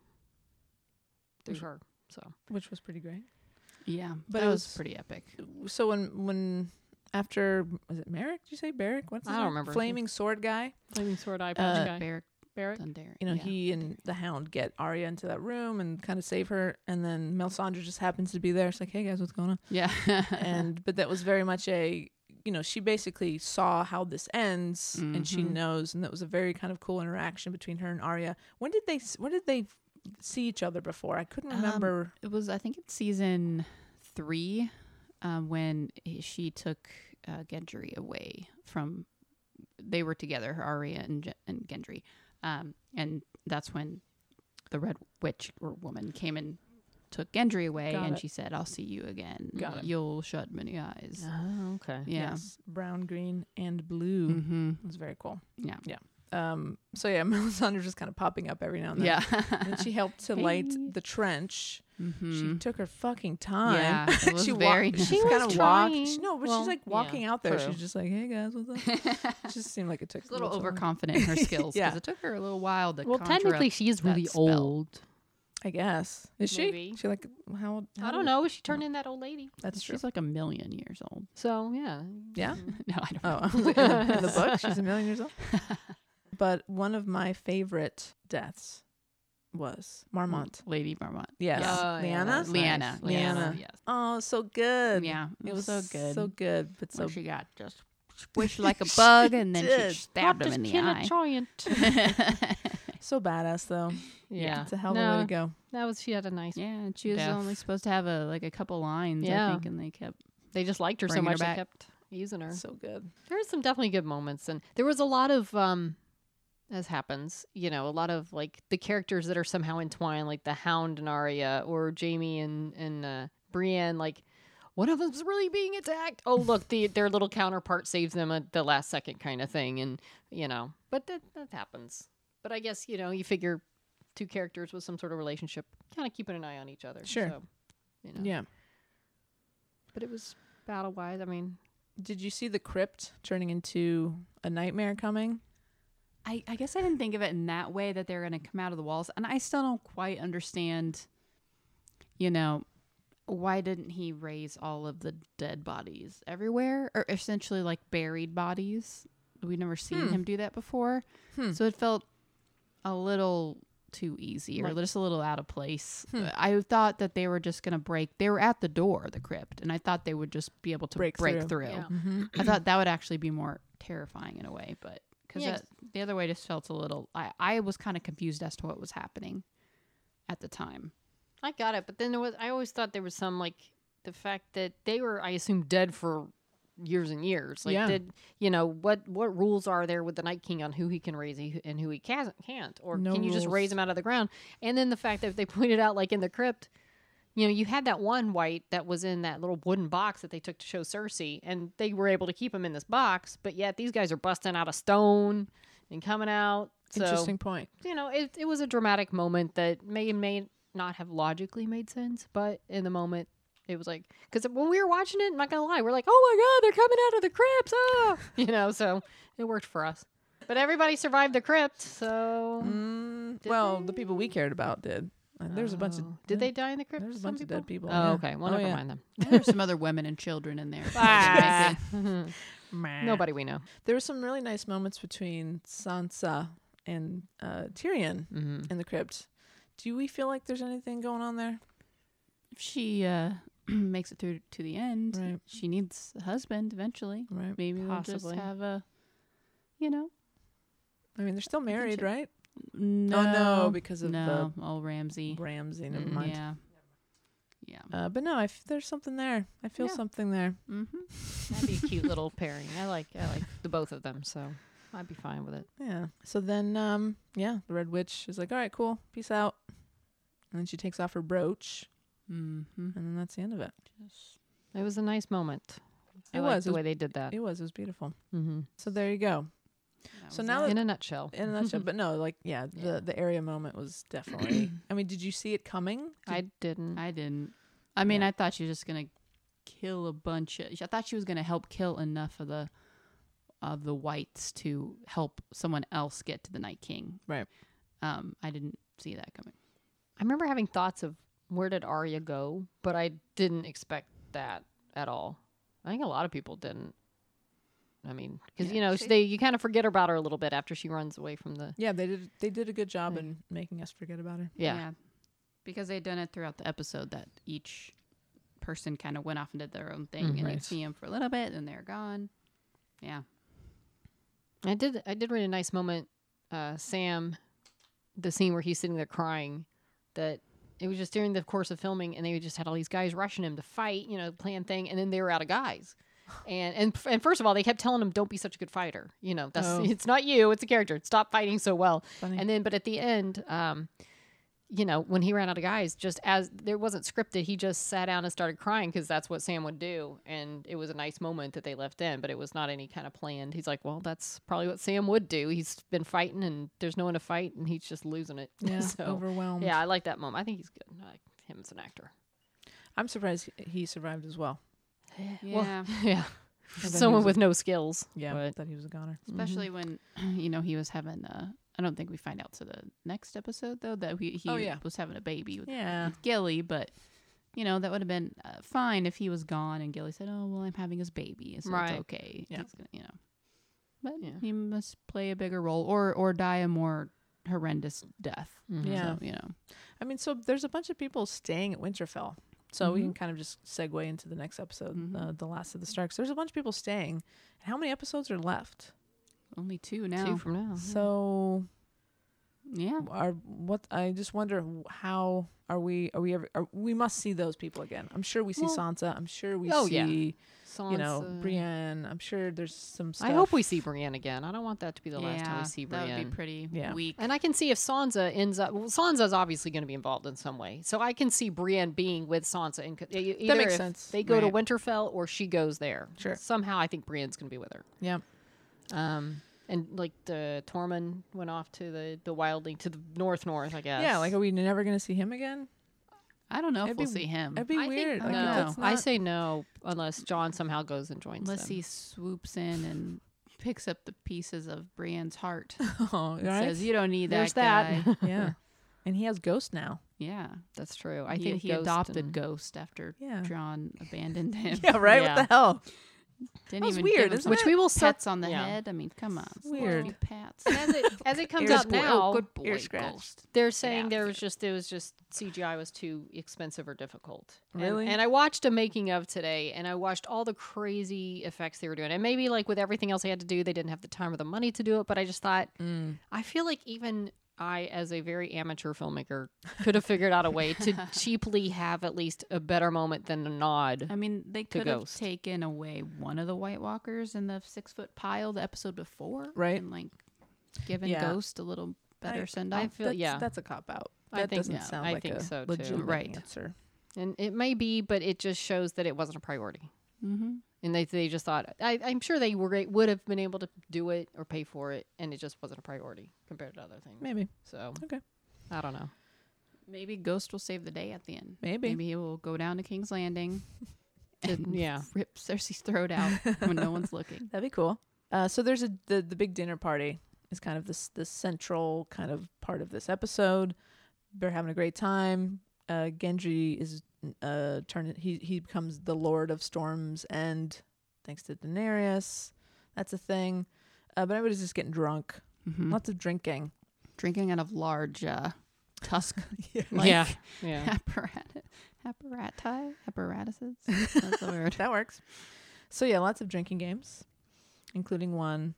A: through
C: Which-
A: her. So
C: which was pretty great.
B: yeah,
C: But
B: that
C: it
B: was,
C: was-
B: pretty epic.
C: So when when after was it Merrick? Did you say Barrick? What's his
A: I don't
C: name?
A: remember.
C: Flaming sword guy.
A: flaming sword eye
C: patch
A: patch
C: Uh,
A: guy
B: Barrack
A: Barrick.
B: Dundary.
C: You know,
B: yeah.
C: he and the Hound get Arya into that room and kind of save her, and then Melisandre just happens to be there. It's like, hey guys, what's going on?
B: yeah,
C: and but that was very much a you know she basically saw how this ends and she
B: Mhm.
C: knows and that was a very kind of cool interaction between her and Arya. When did they s- when did they see each other before? I couldn't
B: Um,
C: remember.
B: it was. I think it's season three um, when he, she took uh, Gendry away from. They were together, Arya and Gen- and Gendry, um, and that's when the Red Witch or woman came and took Gendry away,
C: Got
B: and
C: it.
B: she said, "I'll see you again.
C: Got it.
B: You'll shut many eyes."
A: Oh, okay.
B: Yeah.
C: Yes, brown, green, and blue.
B: Mm-hmm.
C: It was very cool.
B: Yeah.
C: Um. So yeah, Melisandre just kind of popping up every now and then.
B: Yeah.
C: And she helped to light
A: Hey.
C: the trench. She
B: Mhm.
C: took her fucking time.
B: Yeah, it was
C: she
B: very
C: walked.
B: nice.
C: She
A: She
C: kind
A: was
C: of walked. She,
A: trying.
C: no, but
A: Well,
C: she's like
A: yeah,
C: walking out there.
A: true.
C: She's just like, "Hey guys, what's up?" it just seemed like it took
B: She's a little
C: too long.
B: overconfident in her skills because
C: Yeah.
B: it took her a little while to.
A: Well,
B: conjure up-
A: technically, she is
B: that
A: really
B: spell.
A: old.
C: I guess. Is
A: Maybe.
C: she? She like how old? how
A: I don't
C: old-
A: know. She turned in that old lady.
C: That's true.
B: she's like a million years old.
A: So yeah,
C: Yeah.
A: Mm.
B: no, I don't.
C: Oh, I was like, in the in the book, she's a million years old. But one of my favorite deaths was Marmont.
B: Lady Marmont.
C: Yes,
B: Mm. Yeah.
A: Oh, yeah,
C: Leanna.
A: that's nice.
B: Liana.
C: Liana.
B: Yes.
C: Oh, so good.
B: Yeah. It was so good.
C: So good, but
B: when
C: so
B: she got just squished like a
C: She
B: bug and then
C: did.
B: she stabbed him in the eye.
C: so badass though.
A: yeah,
C: It's a hell of a
A: No.
C: way to go.
A: that was she had a nice.
B: yeah, and she was
A: Death.
B: only supposed to have a like a couple lines, I
A: Yeah.
B: think, and they kept.
A: They just liked her so
B: Bringing her
A: much they
B: back.
A: kept using her.
C: So good.
A: There were some definitely good moments, and there was a lot of, um as happens, you know, a lot of like the characters that are somehow entwined, like the Hound and Arya, or Jamie and and uh, Brienne. Like one of them's really being attacked. Oh, look, the their little counterpart saves them at the last second, kind of thing, and you know, but that that happens. But I guess you know, you figure two characters with some sort of relationship, kind of keeping an eye on each other.
C: Sure.
A: So, you know.
C: Yeah.
A: But it was battle wise. I mean,
C: Did you see the crypt turning into a nightmare coming?
B: I, I guess I didn't think of it in that way that they're going to come out of the walls, and I still don't quite understand. You know, why didn't he raise all of the dead bodies everywhere, or essentially like buried bodies? We've never
C: Hmm.
B: seen him do that before,
C: Hmm.
B: so it felt a little too easy or
A: Like-
B: just a little out of place.
C: Hmm.
B: I thought that they were just going to break. They were at the door, the crypt, and I thought they would just be able to break,
C: Break
B: through.
C: through.
A: Yeah.
C: Mm-hmm.
B: I thought that would actually be more terrifying in a way, but because
A: Yeah,
B: the other way just felt a little. I, I was kind of confused as to what was happening at the time.
A: I got it, but then there was. I always thought there was some like the fact that they were, I assume, dead for years and years. Like,
C: Yeah.
A: did you know what what rules are there with the Night King on who he can raise he- and who he ca- can't, or
C: No
A: can you just raise
C: rules.
A: him out of the ground? And then the fact that they pointed out, like in the crypt, you know, you had that one white that was in that little wooden box that they took to show Cersei, and they were able to keep him in this box, but yet these guys are busting out a stone and coming out. So
C: Interesting point.
A: you know, it, it was a dramatic moment that may and may not have logically made sense, but in the moment, it was like because when we were watching it, I'm not gonna lie, we're like, oh my god, they're coming out of the crypts, ah, you know. So it worked for us, but everybody survived the crypt. So
C: Mm,
A: Oh. Did
C: well,
A: they?
C: the people we cared about did. And there's a bunch of
A: Oh. did they die in the crypt?
C: There's a
A: some
C: bunch of dead people.
A: Oh,
C: yeah.
A: okay. Well,
C: Oh,
A: never
C: yeah.
A: mind them.
B: There's some other women and children in there.
A: Ah. Nobody we know.
C: There were some really nice moments between Sansa and uh, Tyrion
A: Mm-hmm.
C: in the crypt. Do we feel like there's anything going on there?
B: If she uh, makes it through to the end,
C: Right.
B: she needs a husband eventually.
C: Right.
B: Maybe they'll
A: Possibly.
B: just have a, you know,
C: I mean, they're still married,
B: she-
C: right?
B: no,
C: Oh, no, because of
B: no, old Ramsey.
C: Ramsey, never
A: Mm,
C: mind.
B: Yeah, yeah.
C: Uh, but no, I f- there's something there. I feel
B: Yeah.
C: something there.
B: hmm
A: That'd be a cute little pairing. I like I like the both of them, so I'd be fine with it.
C: Yeah. So then, um, yeah, the Red Witch is like, all right, cool, peace out. And then she takes off her brooch,
B: Mm-hmm.
C: and then that's the end of it.
A: It was a nice moment. I
C: It
A: liked
C: was,
A: the
C: it was-
A: way they did that.
C: It was, it was beautiful.
A: hmm
C: So there you go. So now
A: In a nutshell,
C: In a nutshell, but no, like, yeah, the
A: Yeah.
C: the area moment was definitely. I mean, did you see it coming?
A: I didn't.
B: I didn't. I mean,
C: Yeah.
B: I thought she was just gonna kill a bunch. Of, I thought she was gonna help kill enough of the of the whites to help someone else get to the Night King.
C: Right.
B: Um, I didn't see that coming.
A: I remember having thoughts of where did Arya go, but I didn't expect that at all. I think a lot of people didn't. I mean, because
B: Yeah,
A: you know
B: she-
A: they you kind of forget about her a little bit after she runs away from the.
C: Yeah, they did. They did a good job
A: Like-
C: in making us forget about her.
A: Yeah,
B: Because they'd done it throughout the episode that each person kind of went off and did their own thing,
A: Mm,
B: and
C: right.
B: you'd see them for a little bit, and they're gone. Yeah.
A: I did. I did read a nice moment. Uh, Sam, the scene where he's sitting there crying, that it was just during the course of filming, and they just had all these guys rushing him to fight, you know, plan thing, and then they were out of guys. And, and and first of all, they kept telling him, "Don't be such a good fighter." You know, that's
C: Oh.
A: it's not you; it's a character. Stop fighting so well.
C: Funny.
A: And then, but at the end, um, you know, when he ran out of guys, just as there wasn't scripted, he just sat down and started crying because that's what Sam would do. And it was a nice moment that they left in, but it was not any kind of planned. He's like, well, that's probably what Sam would do. He's been fighting and there's no one to fight and he's just losing it.
C: yeah,
A: so,
C: overwhelmed.
A: yeah, I like that moment. I think he's good. I like him as an actor.
C: I'm surprised he- he survived as well.
A: Well,
B: Yeah.
A: yeah.
C: I thought he
A: Someone
C: was a-
A: with no skills.
C: Yeah,
A: But-
C: that he was a goner.
B: Especially when, you know, he was having, uh, I don't think we find out to the next episode, though, that he, he
C: Oh, yeah.
B: was having a baby with
C: Yeah,
B: Gilly, but, you know, that would have been uh, fine if he was gone and Gilly said, oh, well, I'm having his baby, so
A: Right.
B: it's okay.
C: Yeah.
B: He's gonna, you know. But
A: Yeah.
B: he must play a bigger role or, or die a more horrendous death.
A: mm-hmm.
C: Yeah.
B: So, you know.
C: I mean, so there's a bunch of people staying at Winterfell. So we
B: Mhm.
A: Mm-hmm.
C: can kind of just segue into the next episode,
B: Mhm.
C: uh, the last of the Starks. There's a bunch of people staying. How many episodes are left?
B: Only two now.
A: Two from now.
C: So
B: yeah.
C: are what? I just wonder how are we? Are we ever? Are, we must see those people again. I'm sure we see
A: Well-
C: Sansa. I'm sure we
A: Oh, yeah.
C: see you know
A: Sansa.
C: Brienne. I'm sure there's some. Stuff.
A: I hope we see Brienne again. I don't want that to be the last time
B: Yeah,
A: we see
B: That
A: Brienne.
B: would be pretty
C: Yeah.
B: weak.
A: And I can see if Sansa ends up. Well, Sansa's obviously going to be involved in some way, so I can see Brienne being with Sansa. In, e- either
C: makes
A: if
C: sense.
A: They go
B: Right.
A: to Winterfell, or she goes there.
C: Sure.
A: Somehow, I think Brienne's going to be with her.
C: Yeah.
A: Um, and like the Tormund went off to the the wildling to the north north, I guess.
C: Yeah. Like, are we never gonna see him again?
B: I don't know if
C: It'd
B: we'll
C: be-
B: see him.
C: That'd be
A: I think
C: weird. like, if
A: Mm. no.
C: that's
A: I
C: not-
A: say no unless John somehow goes and joins
B: Unless
A: them.
B: he swoops in and picks up the pieces of Brienne's heart. and
C: Oh, right?
B: Says you don't need
A: There's
B: that.
A: that.
B: Guy.
C: yeah. And he has Ghost now.
B: yeah,
A: That's true. I
B: he,
A: think
B: he
A: Ghost
B: adopted
A: and-
B: Ghost after
C: Yeah.
B: John abandoned him.
C: Yeah, right?
A: Yeah.
C: What the hell?
B: Didn't
C: That was
B: even
C: weird,
B: give him
C: isn't
B: some
A: which we will set.
B: pats on the
A: yeah.
B: head. I mean, come on,
C: It's weird.
B: Few pats.
A: As it, as it comes
C: Ear
A: up
C: spoil- oh,
A: now,
C: good
B: Boy,
C: Ear scratch.
B: Ghost.
A: They're saying
B: out
A: there
B: of
A: was just it was just CGI was too expensive or difficult. And-
C: Really?
A: And, I watched a making of today, and I watched all the crazy effects they were doing. And maybe like with everything else they had to do, they didn't have the time or the money to do it. But I just thought, I feel like even I, as a very amateur filmmaker, could have figured out a way to cheaply have at least a better moment than a nod.
B: I mean, they could have
A: Ghost.
B: taken away one of the White Walkers in the six foot pile the episode before,
C: Right.
B: And like, given
C: Yeah.
B: Ghost a little better send off.
A: I feel
C: that's,
A: yeah,
C: that's a cop out.
A: I
C: That
A: think-
C: doesn't
A: yeah,
C: sound
A: I
C: like
A: think
C: a
A: so, too.
C: legitimate
B: Right.
C: answer.
A: and it may be, but it just shows that it wasn't a priority.
B: Mm-hmm.
A: and they, they just thought I, I'm sure they were would have been able to do it or pay for it, and it just wasn't a priority compared to other things.
C: Maybe.
A: So
C: Okay.
A: I don't know.
B: Maybe Ghost will save the day at the end.
C: Maybe.
B: Maybe he will go down to King's Landing
A: To-
B: and
A: yeah.
B: rip Cersei's throat out when no one's looking.
C: That'd be cool. Uh, so there's a the, the big dinner party is kind of this the central kind of part of this episode. They're having a great time. Uh, Genji is uh turned he he becomes the Lord of Storms End thanks to Daenerys. That's a thing.
B: Mm-hmm.
A: Mm-hmm.
C: Uh, but everybody's just getting drunk. Lots of drinking.
B: Drinking out of large uh, tusk
C: Yeah.
B: like
A: yeah. Yeah.
B: apparatus apparati apparatuses. That's a word.
C: That works. So yeah, lots of drinking games, including one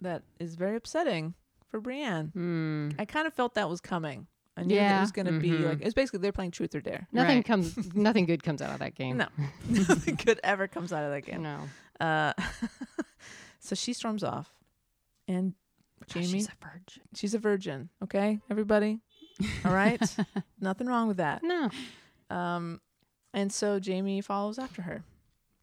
C: that is very upsetting for Brienne.
A: Mm.
C: I kind of felt that was coming. I knew that
B: Yeah.
C: it was going to be
A: Mhm.
C: like it was basically they're playing Truth or Dare.
A: Nothing
B: Right.
A: comes. Nothing good comes out of that game.
C: No, nothing good ever comes out of that game.
A: No.
C: Uh, so she storms off, and Jamie,
A: she's
C: she's
A: a virgin.
C: a-, virgin. Okay, everybody, all right, nothing wrong with that.
A: No.
C: Um, and so Jamie follows after her.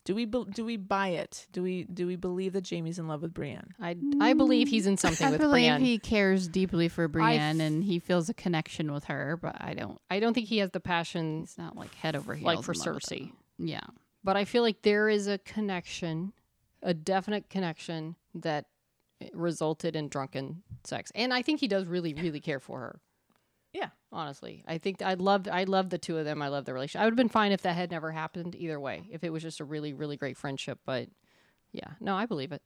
C: Do we bel do we buy it? Do we do we believe that Jamie's in love with Brienne?
A: I, I believe he's in something
B: I
A: with
B: believe
A: Brienne.
B: he cares deeply for Brienne and he feels a connection with her, but I don't.
A: I don't think he has the passion
B: He's not like head over heels
A: like for
B: in love with her.
A: Cersei,
B: Yeah.
A: but I feel like there is a connection, a definite connection that resulted in drunken sex, and I think he does really, really care for her.
C: Yeah.
A: honestly, I think I loved I loved the two of them. I loved the relationship. I would have been fine if that had never happened either way. If it was just a really, really great friendship, but yeah, no, I believe it.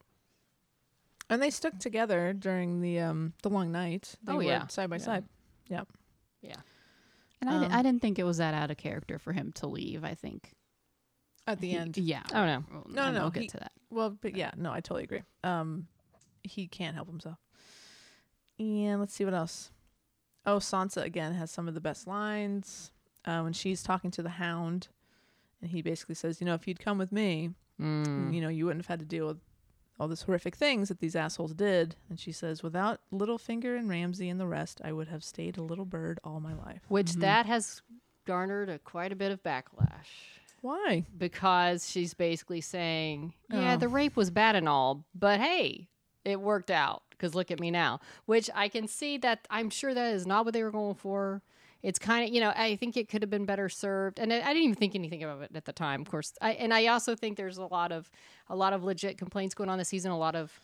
C: And they stuck together during the um the long night. They
A: Oh,
C: were
A: yeah.
C: side by
A: Yeah.
C: side.
B: And I, di-
C: Um,
B: I didn't think it was that out of character for him to leave. I think
C: At the
B: He- Oh,
C: end,
B: Yeah.
A: I don't know.
B: Well,
C: No,
B: and
C: no,
B: I'll get
C: he-
B: to that.
C: Well, but yeah, no, I totally agree. Um, he can't help himself. And let's see what else. Oh, Sansa again has some of the best lines uh, when she's talking to the Hound, and he basically says, "You know, if you'd come with me,
A: Mm.
C: you know, you wouldn't have had to deal with all these horrific things that these assholes did." And she says, "Without Littlefinger and Ramsay and the rest, I would have stayed a little bird all my life."
A: Which
B: Mhm.
A: that has garnered a, quite a bit of backlash.
C: Why?
A: because she's basically saying, yeah,
C: Oh.
A: the rape was bad and all, but hey, it worked out because look at me now. Which I can see that I'm sure that is not what they were going for. It's kind of, you know, I think it could have been better served, and I, I didn't even think anything of it at the time, of course. I, and I also think there's a lot of, a lot of legit complaints going on this season, a lot of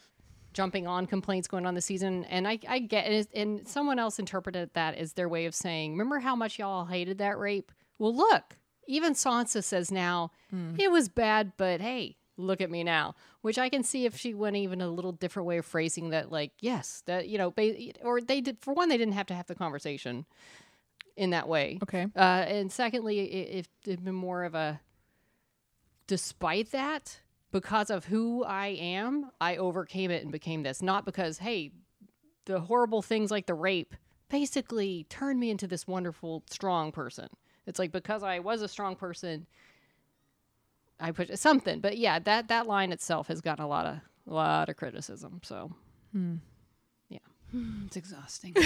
A: jumping on complaints going on this season, and I, I get, and, it's- and someone else interpreted that as their way of saying, remember how much y'all hated that rape? Well, look, even Sansa says now, it was bad, but hey, look at me now. Which I can see if she went even a little different way of phrasing that, like, yes, that, you know, ba- or they did, for one, they didn't have to have the conversation in that way.
C: Okay.
A: Uh, and secondly, i- if it had been more of a, despite that, because of who I am, I overcame it and became this. Not because, hey, the horrible things like the rape basically turned me into this wonderful, strong person. It's like because I was a strong person, I put something. But yeah, that that line itself has gotten a lot of a lot of criticism. So
B: It's exhausting.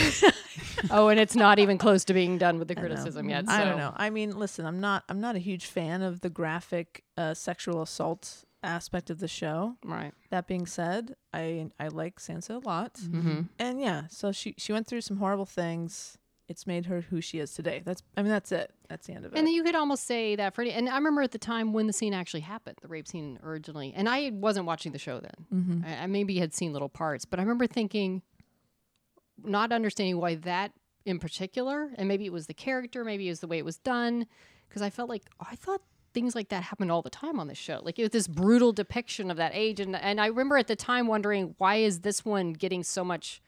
A: oh, and it's not even close to being done with the
C: I know.
A: criticism yet.
C: I don't
A: so-
C: know. I mean, listen, I'm not I'm not a huge fan of the graphic uh, sexual assault aspect of the show.
A: Right.
C: That being said, I I like Sansa a lot,
A: Mm-hmm.
C: and yeah, so she she went through some horrible things. It's made her who she is today. That's I mean that's it. That's the end of it.
A: And you could almost say that for any. And I remember at the time when the scene actually happened, the rape scene originally, and I wasn't watching the show then.
C: mm-hmm.
A: I, I maybe had seen little parts, but I remember thinking, not understanding why that in particular, and maybe it was the character, maybe it was the way it was done, because I felt like oh, I thought things like that happened all the time on this show. Like it was this brutal depiction of that age, and and I remember at the time wondering why is this one getting so much.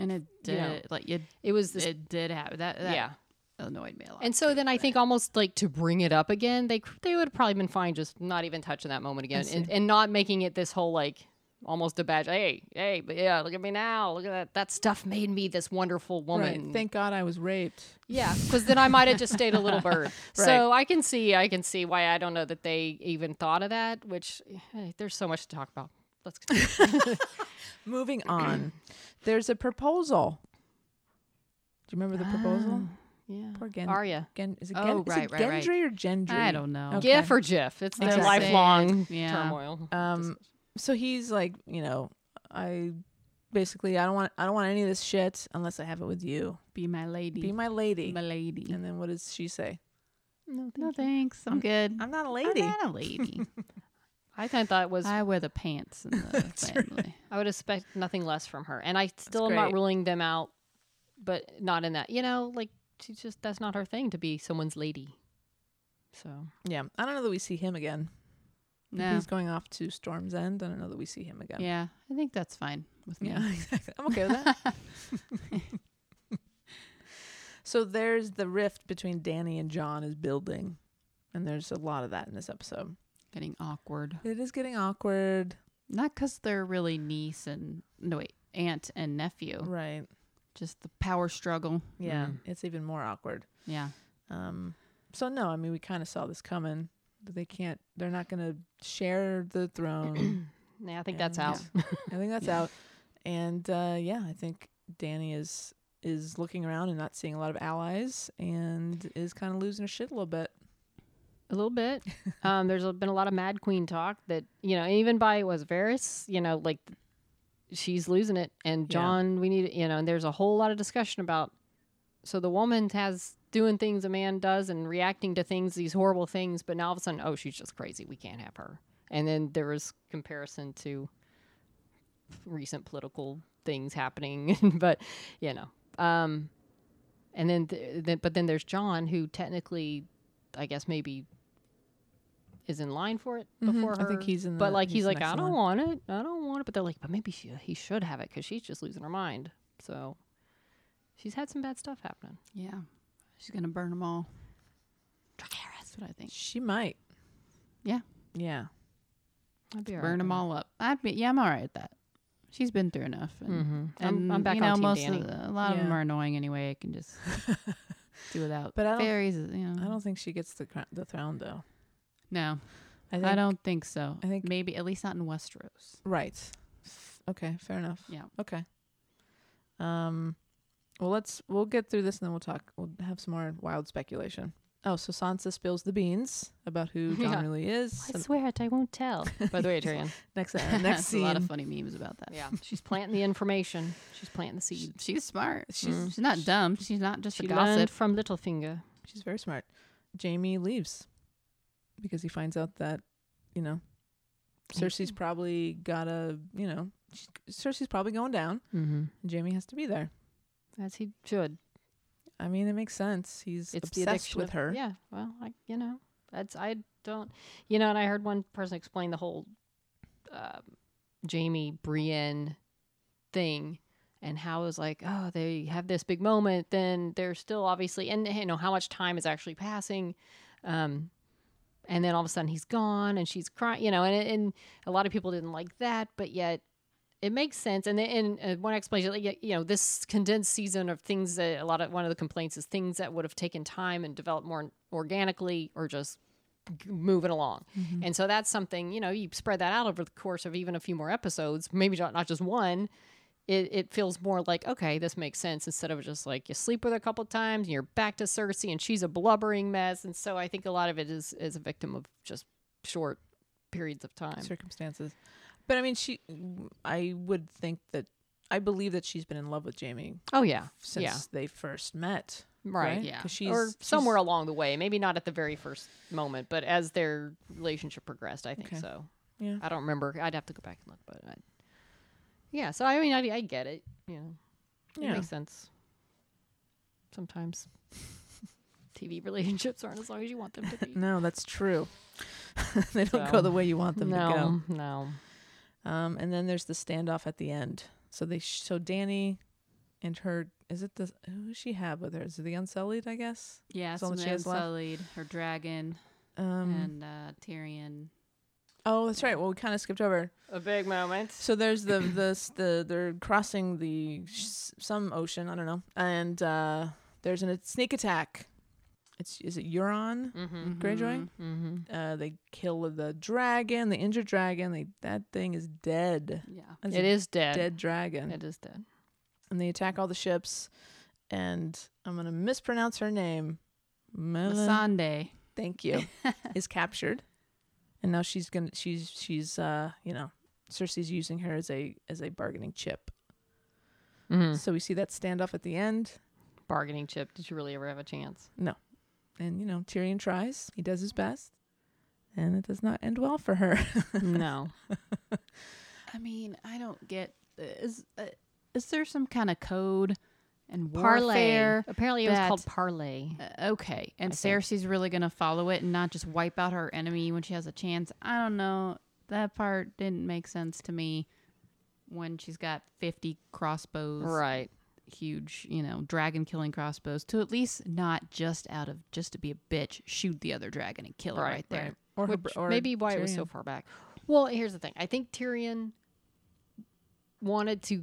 B: and it did
A: You know,
B: like it,
A: It was this,
B: it did happen. That, that
A: yeah.
B: annoyed me a lot.
A: And so then I think almost like to bring it up again, they they would have probably been fine just not even touching that moment again and, and not making it this whole like almost a badge. Hey, hey, but yeah, look at me now. Look at that. That stuff made me this wonderful woman.
C: right. Thank God I was raped.
A: yeah, because then I might have just stayed a little bird. So I can see I can see why I don't know that they even thought of that. Which eh, there's so much to talk about. Let's continue.
C: Moving on, there's a proposal. Do you remember the proposal?
A: yeah.
C: Poor Gen-
A: Arya.
C: Gen- is it, Gen-
B: Ah. Oh,
C: is
B: right,
C: it
B: right, right.
C: Gendry or Gendry?
B: I don't know.
C: Okay.
A: GIF or GIF? It's their
B: Exactly.
A: lifelong
B: Yeah.
A: turmoil.
C: Um, so he's like, you know, I basically I don't want I don't want any of this shit unless I have it with you.
B: Be my lady.
C: Be my lady.
B: my lady.
C: And then what does she say?
A: No,
B: no thanks. I'm good.
C: I'm not a
B: I'm
C: lady.
B: not a lady.
A: I kind of thought it was
B: I wear the pants in the family.
A: I would expect nothing less from her. And I still am not
C: great.
A: ruling them out, but not in that, you know, like she's just, that's not her thing to be someone's lady. So,
C: Yeah, I don't know that we see him again.
B: No.
C: He's going off to Storm's End. I don't know that we see him again.
B: Yeah, I think that's fine with me.
C: Yeah, exactly. I'm okay with that. So there's the rift between Danny and John is building, and there's a lot of that in this episode.
B: Getting awkward.
C: It is getting awkward,
B: Not because they're really niece and, no, wait, aunt and nephew.
C: right?
B: Just the power struggle.
C: Yeah,
A: Mm.
C: it's even more awkward.
B: Yeah.
C: Um, so no, I mean we kind of saw this coming. But they can't. They're not going to share the throne.
A: Yeah, I think that's
C: And-
A: out.
C: I think that's
B: Yeah.
C: out. And uh, yeah, I think Danny is is looking around and not seeing a lot of allies, and is kind of losing her shit a little bit.
A: A little bit. Um, there's been a lot of Mad Queen talk that you know, even by was Varys, you know, like she's losing it, and
C: Yeah.
A: John, we need, you know, and there's a whole lot of discussion about. So the woman has doing things a man does and reacting to things, these horrible things, but now all of a sudden, oh, she's just crazy. We can't have her. And then there was comparison to recent political things happening, but you know, um, and then, th- then but then there's John who technically, I guess maybe is in line for it before
C: Hmm. I
A: her.
C: think he's in.
A: but
C: the-
A: like Mm-hmm. he's,
C: the
A: like
C: next
A: I
C: in
A: don't
C: line.
A: want it, I don't want it. But they're like, but maybe she he should have it because she's just losing her mind. So she's had some bad stuff happening.
B: Yeah. She's going to burn them all. That's what I think.
C: She might.
B: Yeah.
C: Yeah.
A: I'd be
B: Burn them all up. I'd be, yeah, I'm all right with that. She's been through enough. And,
A: Mm-hmm. I'm,
B: and
A: I'm back
B: you know,
A: on team
B: most
A: Danny.
B: Of the, a lot of them
C: Yeah.
B: are annoying anyway. I can just do without.
C: But I don't-
B: fairies, you know.
C: I don't think she gets the cr- the throne though.
B: No,
C: I, think,
B: I don't think so.
C: I think-
B: maybe at least not in Westeros.
C: Right. F- Okay. Fair enough.
B: Yeah.
C: Okay. Um. Well, let's we'll get through this and then we'll talk. We'll have some more wild speculation. Oh, so Sansa spills the beans about who John
A: Yeah.
C: really is.
A: I
C: So
A: swear it, I won't tell. By the way, Tyrion.
C: next uh, next
B: There's a lot of
C: scene,
B: funny memes about that.
A: yeah, she's planting the information. She's planting the
B: She-
A: seed.
B: she's smart. She's
A: Mm.
B: she's not dumb. She's not just
A: She
B: a gossip.
A: learned from Littlefinger.
C: she's very smart. Jamie leaves because he finds out that you know Cersei's probably got a you know she's, Cersei's probably going down.
A: Mm-hmm.
C: And Jamie has to be there.
A: As he should.
C: I mean, it makes sense. He's
A: It's the
C: obsessed
A: addiction
C: with
A: of-
C: her.
A: Yeah. Well, I, you know, that's I don't. You know, and I heard one person explain the whole um Jamie Brienne thing. And how it was like, oh, they have this big moment, then they're still obviously, and you know how much time is actually passing, um, and then all of a sudden he's gone, and she's crying, you know, and and a lot of people didn't like that, but yet it makes sense. And then, and uh, one explanation, like, y- you know, this condensed season of things that a lot of one of the complaints is things that would have taken time and developed more organically or just g- moving along. And so that's something you know you spread that out over the course of even a few more episodes, maybe not not just one. It, it feels more like okay, this makes sense instead of just like you sleep with her a couple of times and you're back to Cersei and she's a blubbering mess. And so I think a lot of it is is a victim of just short periods of time.
C: circumstances. But I mean, she. I would think that I believe that she's been in love with Jamie
A: Oh yeah,
C: since
A: yeah.
C: they first met.
A: right,
C: right?
B: yeah.
C: 'Cause she's,
A: or
C: she's-
A: somewhere along the way maybe not at the very first moment but as their relationship progressed i think
C: Okay.
A: so
C: Yeah.
A: i don't remember i'd have to go back and look but I, yeah so i mean i, I get it you know it
C: Yeah.
A: makes sense sometimes tv relationships aren't as long as you want them to be
C: No, that's true. they don't
A: So,
C: go the way you want them to
A: no no
C: go. Um, and then there's the standoff at the end. So they. Sh- so Danny, and her. Is it the who does she have with her? Is it the Unsullied? I guess.
B: Yeah,
C: That's all
B: so
C: that she has left.
B: Sullied, her dragon,
C: Um.
B: and uh, Tyrion.
C: oh, that's right. Well, we kind of skipped over.
A: a big moment
C: So there's the the s- the they're crossing the s- some ocean I don't know, and uh, there's an, a sneak attack. It's is it Euron
A: mm-hmm
C: Greyjoy?
A: mm-hmm
C: Uh, they kill the dragon, the injured dragon. They that thing is dead.
B: Yeah,
C: That's
A: it
C: a
A: is dead,
C: dead dragon,
A: it is dead
C: and they attack all the ships. And I'm gonna mispronounce her name. Mela,
B: Missandei.
C: thank you. is captured, and now she's gonna she's she's uh you know Cersei's using her as a as a bargaining chip.
A: Mhm.
C: So we see that standoff at the end,
A: bargaining chip did you really ever have a chance
C: and you know Tyrion tries. He does his best, and it does not end well for her.
A: no
B: I mean, I don't get is uh, is there some kind of code and
A: parlay
B: warfare?
A: apparently it was
B: that-
A: called parlay
B: Uh, okay, and
A: I think.
B: Cersei's really gonna follow it and not just wipe out her enemy when she has a chance. I don't know. That part didn't make sense to me. When she's got fifty crossbows,
A: Right.
B: huge, you know, dragon killing crossbows to at least not just out of just to be a bitch, shoot the other dragon and kill it right there.
C: Or, her
A: Which
C: br- or
A: maybe why it was so
C: Tyrion.
A: far back. Well, here's the thing. I think Tyrion wanted to,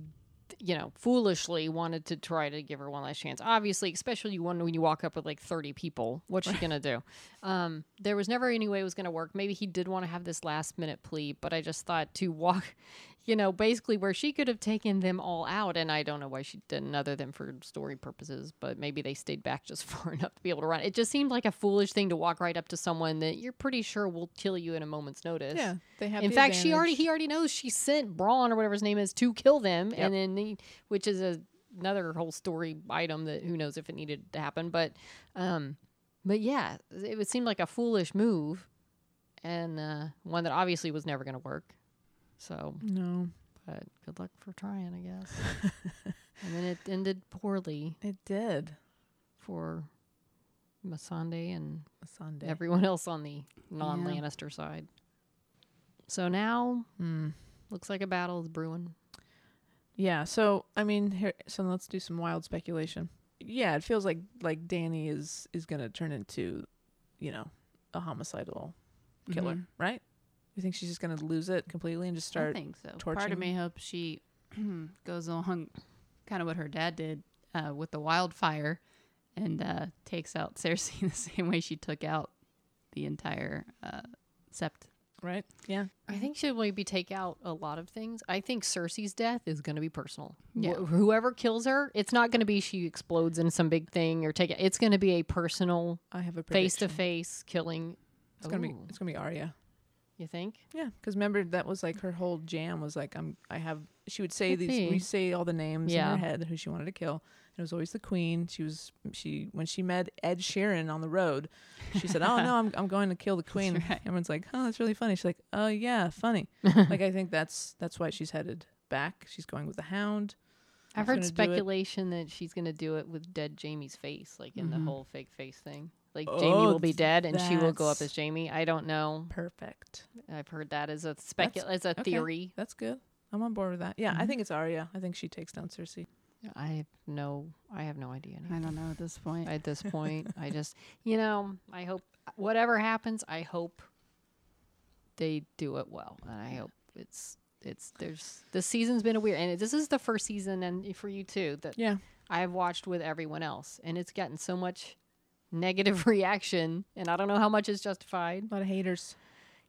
A: you know, foolishly wanted to try to give her one last chance. Obviously, especially when when you walk up with like thirty people, what's she gonna do? Um, there was never any way it was gonna work. Maybe he did want to have this last minute plea, but I just thought to walk, you know, basically where she could have taken them all out, and I don't know why she didn't, other than for story purposes. But maybe they stayed back just far enough to be able to run. It just seemed like a foolish thing to walk right up to someone that you're pretty sure will kill you in a moment's notice.
C: Yeah, they have.
A: In
C: the
A: fact, she already
C: advantage.
A: he already knows she sent Braun or whatever his name is to kill them,
C: Yep.
A: and then he, which is a, another whole story item that who knows if it needed to happen, but um, but yeah, it would seem like a foolish move, and uh, one that obviously was never going to work. So,
C: No,
A: but good luck for trying, I guess. and then it ended poorly
C: it did.
A: for Masande and
C: A Sunday.
A: everyone else on the non Lannister side. So now looks like a battle is brewing.
C: Hmm. Yeah. So I mean, here, so let's do some wild speculation. Yeah, it feels like like Danny is is gonna turn into, you know, a homicidal killer,
A: Mm-hmm.
B: Mhm.
C: right? You think she's just gonna lose it completely and just
B: I
C: start?
B: think so. Part of
C: torching
B: me hopes she goes along, kind of what her dad did uh, with the wildfire, and uh, takes out Cersei in the same way she took out the entire uh, sept.
C: Right? Yeah.
A: I think should maybe take out a lot of things. I think Cersei's death is going to be personal.
B: Yeah.
A: Wh- whoever kills her, it's not going to be she explodes in some big thing or take it. It's going to be a personal
C: I have a
A: face to
C: prediction.
A: face killing.
C: It's gonna be
A: Ooh,
C: it's gonna be Arya.
A: You think?
C: Yeah, because remember that was like her whole jam was like I'm I have she would say
A: Could
C: these
A: be.
C: we say all the names
A: Yeah.
C: in her head who she wanted to kill. And it was always the queen. She was she when she met Ed Sheeran on the road, she said, "Oh no, I'm I'm going to kill the queen."
B: right.
C: Everyone's like, "Oh, that's really funny." She's like, "Oh yeah, funny." like I think that's that's why she's headed back. She's going with the hound.
A: I've heard
C: She's gonna do it.
A: speculation that she's going to do it with dead Jamie's face, like in
B: Mhm.
A: the whole fake face thing. Like Jamie will
C: Oh,
A: be dead and she will go up
C: that's-
A: as Jamie. I don't know.
C: Perfect.
A: I've heard that as a specu- as a
C: okay.
A: theory.
C: That's good. I'm on board with that. Yeah, I
B: Mhm.
C: think it's Arya. I think she takes down Cersei.
A: I have no I have no idea now.
B: I don't know at this point.
A: at this point. I just you know, I hope whatever happens, I hope they do it well. And I hope it's it's there's the season's been a weird and this is the first season and for you too that
C: Yeah.
A: I've watched with everyone else and it's gotten so much negative reaction and I don't know how much is justified.
C: A lot of haters.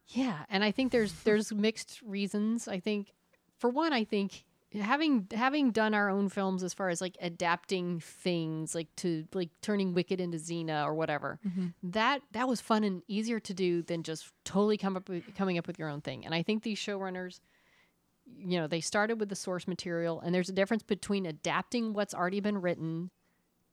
A: Yeah, and I think there's there's mixed reasons. I think for one, I think having having done our own films as far as like adapting things like to like turning Wicked into Xena or whatever. That that was fun and easier to do than just totally come up with, coming up with your own thing. And I think these showrunners you know, they started with the source material and there's a difference between adapting what's already been written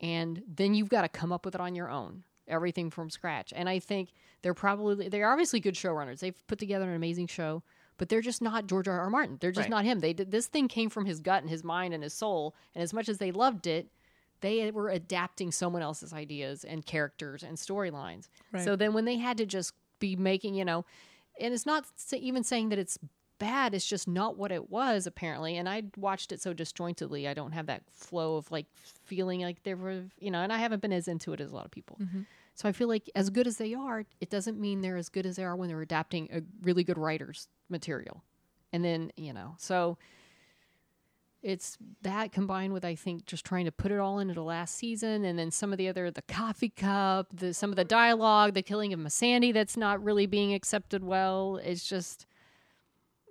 A: and then you've got to come up with it on your own everything from scratch and i think they're probably they're obviously good showrunners they've put together an amazing show but they're just not george r r martin they're just
C: Right.
A: not him they did this thing came from his gut and his mind and his soul and as much as they loved it they were adapting someone else's ideas and characters and storylines
C: Right.
A: so then when they had to just be making you know and it's not s- even saying that it's bad it's just not what it was apparently and i watched it so disjointedly i don't have that flow of like feeling like there were you know and i haven't been as into it as a lot of people so i feel like as good as they are it doesn't mean they're as good as they are when they're adapting a really good writer's material and then you know so it's that combined with I think just trying to put it all into the last season, and then some of the other the coffee cup, the some of the dialogue, the killing of Masandi that's not really being accepted well. It's just,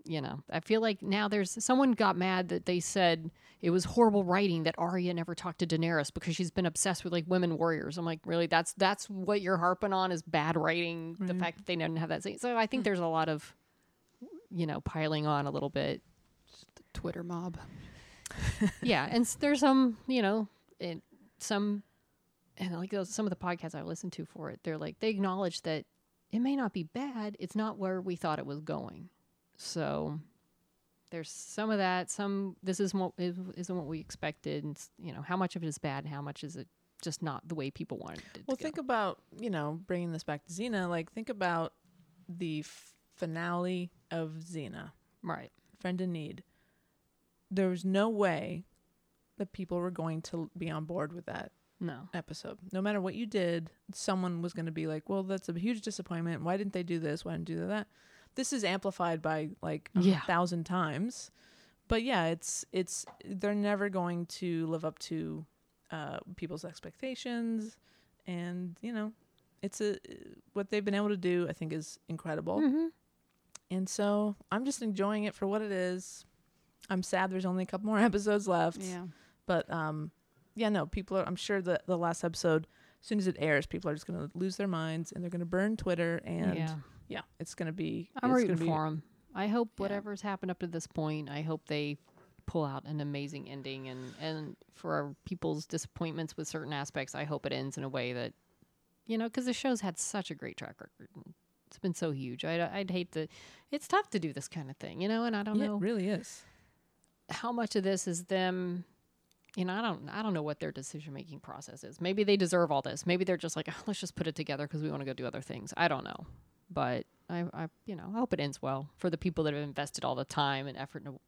A: you know, I feel like now there's someone got mad that they said it was horrible writing that Arya never talked to Daenerys because she's been obsessed with like women warriors. I'm like, really? That's that's what you're harping on is bad writing. The fact that they didn't have that. Scene. So I think there's a lot of, you know, piling on a little bit
B: Twitter mob.
A: yeah, and s- there's some, you know, in some, and like those, some of the podcasts I listened to for it, they're like they acknowledge that it may not be bad. It's not where we thought it was going. So there's some of that. Some this is what is- isn't what we expected. And s- you know, how much of it is bad, and how much is it just not the way people wanted it
C: Well,
A: to
C: think about you know bringing this back to Xena. Like think about the f- finale of Xena,
A: go. Right.
C: Friend in Need. There was no way that people were going to be on board with that
A: No.
C: episode. No matter what you did, someone was going to be like, "Well, that's a huge disappointment. Why didn't they do this? Why didn't they do that?" This is amplified by like a
A: Yeah.
C: thousand times. But yeah, it's it's they're never going to live up to uh, people's expectations, and you know, it's a what they've been able to do. I think is incredible,
A: Hmm. Mm-hmm.
C: and so I'm just enjoying it for what it is. I'm sad there's only a couple more episodes left.
B: Yeah.
C: But um, yeah, no, people are. I'm sure that the last episode, as soon as it airs, people are just gonna lose their minds and they're gonna burn Twitter and yeah,
A: yeah.
C: it's gonna be.
A: I'm
C: it's
A: rooting
C: gonna be-
A: for them. I hope
C: Yeah.
A: whatever's happened up to this point, I hope they pull out an amazing ending. And, and for our people's disappointments with certain aspects, I hope it ends in a way that, you know, because the show's had such a great track record. and It's been so huge. I'd, I'd hate to. It's tough to do this kind of thing, you know, and I don't
C: Yeah,
A: know
C: it really is.
A: how much of this is them you know i don't i don't know what their decision making process is maybe they deserve all this maybe they're just like oh, let's just put it together because we want to go do other things i don't know but I, I you know i hope it ends well for the people that have invested all the time and effort into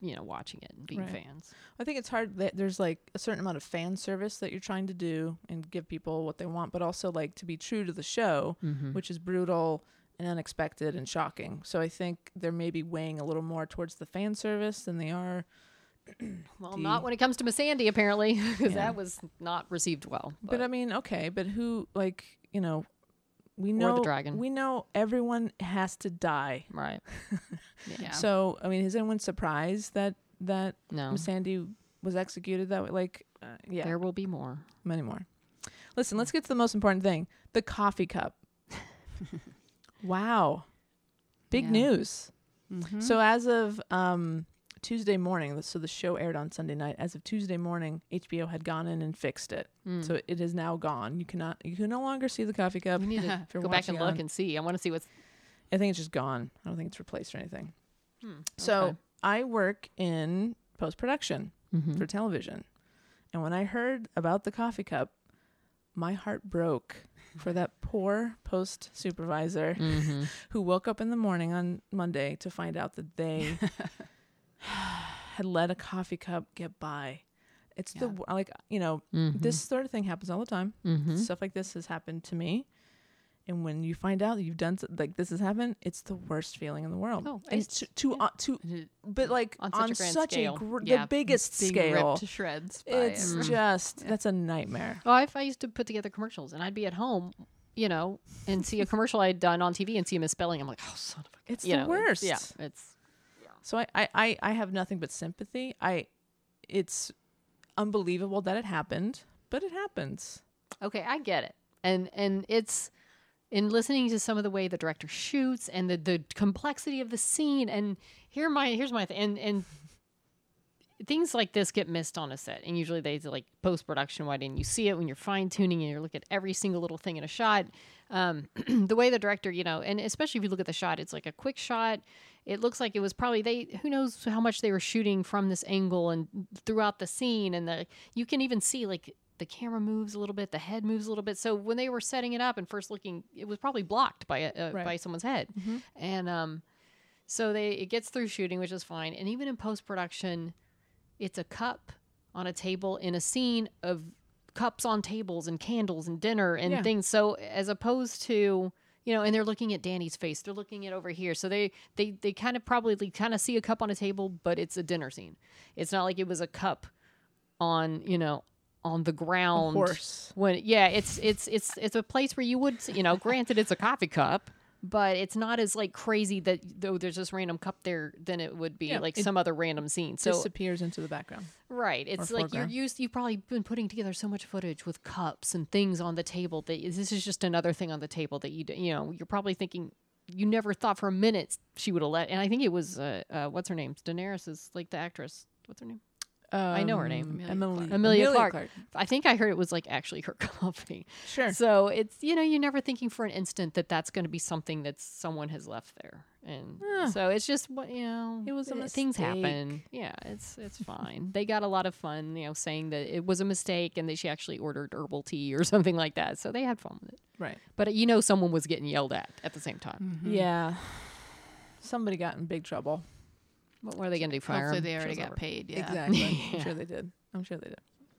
A: you know watching it and being
C: Right.
A: fans
C: I think it's hard that there's like a certain amount of fan service that you're trying to do and give people what they want, but also like to be true to the show,
A: Mm-hmm.
C: which is brutal and unexpected and shocking. So I think they're maybe weighing a little more towards the fan service than they are.
A: well
C: Do
A: not
C: you-
A: when it comes to miss andy apparently because
C: Yeah.
A: that was not received well
C: But, I mean, okay, but who like you know, we know
A: the dragon.
C: We know everyone has to die.
A: right
B: Yeah.
C: So I mean, is anyone surprised that that
A: no
C: Sandy was executed that way? Like, uh, yeah,
A: there will be more
C: many more. Listen, let's get to the most important thing: the coffee cup. wow, big
B: Yeah.
C: news.
B: Mhm.
A: Hmm?
C: So as of um, Tuesday morning, so the show aired on Sunday night. As of Tuesday morning, HBO had gone in and fixed it. So it is now gone. You cannot, you can no longer see the coffee cup.
A: Mm. we need to
C: If you're
A: go back
C: watching
A: and look
C: on-
A: and see i want to see what's
C: I think it's just gone. I don't think it's replaced or anything.
A: hmm,
C: So I work in post production for television. And when I heard about the coffee cup, my heart broke for that poor post supervisor
A: Mm-hmm.
C: who woke up in the morning on Monday to find out that they had let a coffee cup get by. It's the w- like you know this sort of thing happens all the time.
A: Mm-hmm.
C: Stuff like this has happened to me, and when you find out that you've done so, like this has happened, it's the worst feeling in the world.
A: Oh,
C: and
A: it's-
C: to to, uh, to but like
A: on such a grand scale.
C: gr-
A: Yeah,
C: the biggest
B: Being
C: scale,
B: ripped to shreds. By
A: Mm-hmm.
C: it's
B: everyone.
C: just that's a nightmare.
A: Well, Oh, I, I used to put together commercials, and I'd be at home, you know, and see a commercial I'd done on TV and see a misspelling. I'm like, oh, son of a.
C: It's
A: you
C: the
A: know,
C: worst.
A: It's, yeah, it's
C: So I, I, I, I have nothing but sympathy. I, it's unbelievable that it happened, but it happens.
A: okay. I get it, and and it's in listening to some of the way the director shoots and the the complexity of the scene. And here my here's my th- and and things like this get missed on a set, and usually they like post production. Why didn't you see it when you're fine tuning and you're looking at every single little thing in a shot? Um, the way the director, you know, and especially if you look at the shot, it's like a quick shot. It looks like it was probably they. Who knows how much they were shooting from this angle and throughout the scene, and the you can even see like the camera moves a little bit, the head moves a little bit. So when they were setting it up and first looking, it was probably blocked by a, uh,
C: Right.
A: by someone's head, and um, so they it gets through shooting, which is fine. And even in post production, it's a cup on a table in a scene of cups on tables and candles and dinner and
C: Yeah.
A: things. So as opposed to you know, and they're looking at Danny's face. They're looking at over here. So they they they kind of probably kind of see a cup on a table, but it's a dinner scene. It's not like it was a cup on you know on the ground
C: horse.
A: when yeah it's it's it's it's a place where you would you know granted it's a coffee cup but it's not as like crazy that though there's this random cup there than it would be
C: Yeah,
A: like
C: it
A: some other random scene so
C: Disappears into the background.
A: right it's like you're
C: foreground.
A: used you've probably been putting together so much footage with cups and things on the table that this is just another thing on the table that you d- you know you're probably thinking you never thought for a minute she would have let and i think it was uh, uh what's her name daenerys is like the actress what's her name i know her name
C: Emily. Emily,
A: Amelia, Clark. I think I heard it was like actually her coffee.
C: Sure.
A: So it's you know you're never thinking for an instant that that's going to be something that someone has left there, and
C: Yeah.
A: so it's just what you know.
C: It was a
A: uh, things happen.
C: mistake.
A: Yeah, it's it's fine. they got a lot of fun, you know, saying that it was a mistake and that she actually ordered herbal tea or something like that. So they had fun with it.
C: Right.
A: But uh, you know, someone was getting yelled at at the same time.
C: Yeah. Somebody got in big trouble.
A: What were they going to do? Fire
B: Hopefully
A: 'em?
B: they already
A: Show's
B: got
A: over.
B: paid. Yeah.
C: Exactly. I'm sure they did. I'm sure they did.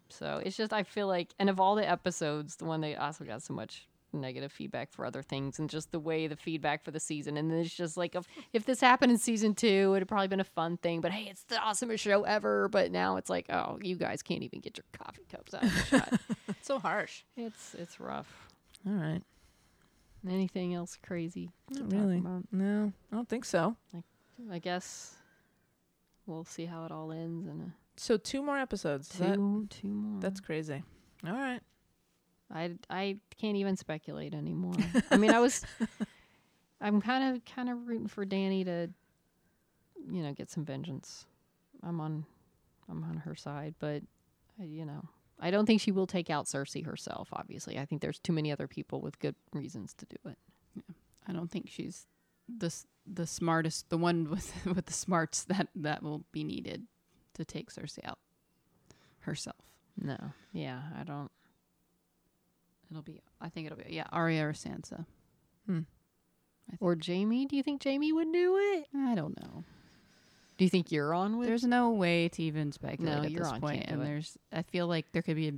A: So it's just I feel like, and of all the episodes, the one they also got so much negative feedback for other things, and just the way the feedback for the season. And then it's just like, if, if this happened in season two, it'd probably been a fun thing. But hey, it's the awesomest show ever. But now it's like, oh, you guys can't even get your coffee cups out of the shot.
C: so harsh.
A: it's it's rough.
C: All right.
A: Anything else crazy? to
C: Not
A: talk
C: really.
A: about?
C: No, I don't think so.
A: I guess we'll see how it all ends in a
C: So two more episodes. Is that-
A: two two more.
C: that's crazy. All right.
A: I I can't even speculate anymore. I mean, I was I'm kind of kind of rooting for Danny to you know, get some vengeance. I'm on I'm on her side, but I, you know, I don't think she will take out Cersei herself, obviously. I think there's too many other people with good reasons to do it.
B: I don't think she's the s- the smartest, the one with with the smarts that that will be needed to take Cersei out herself.
A: No. Yeah, I don't
B: It'll be, I think it'll be, yeah, Arya or Sansa.
A: or Jamie, do you think Jamie would do it?
B: I don't know.
A: Do you think you're on with
B: There's no way to even speculate
A: No,
B: at
A: you're
B: this
A: on,
B: point,
A: can't do
B: and
A: it.
B: there's, I feel like there could be a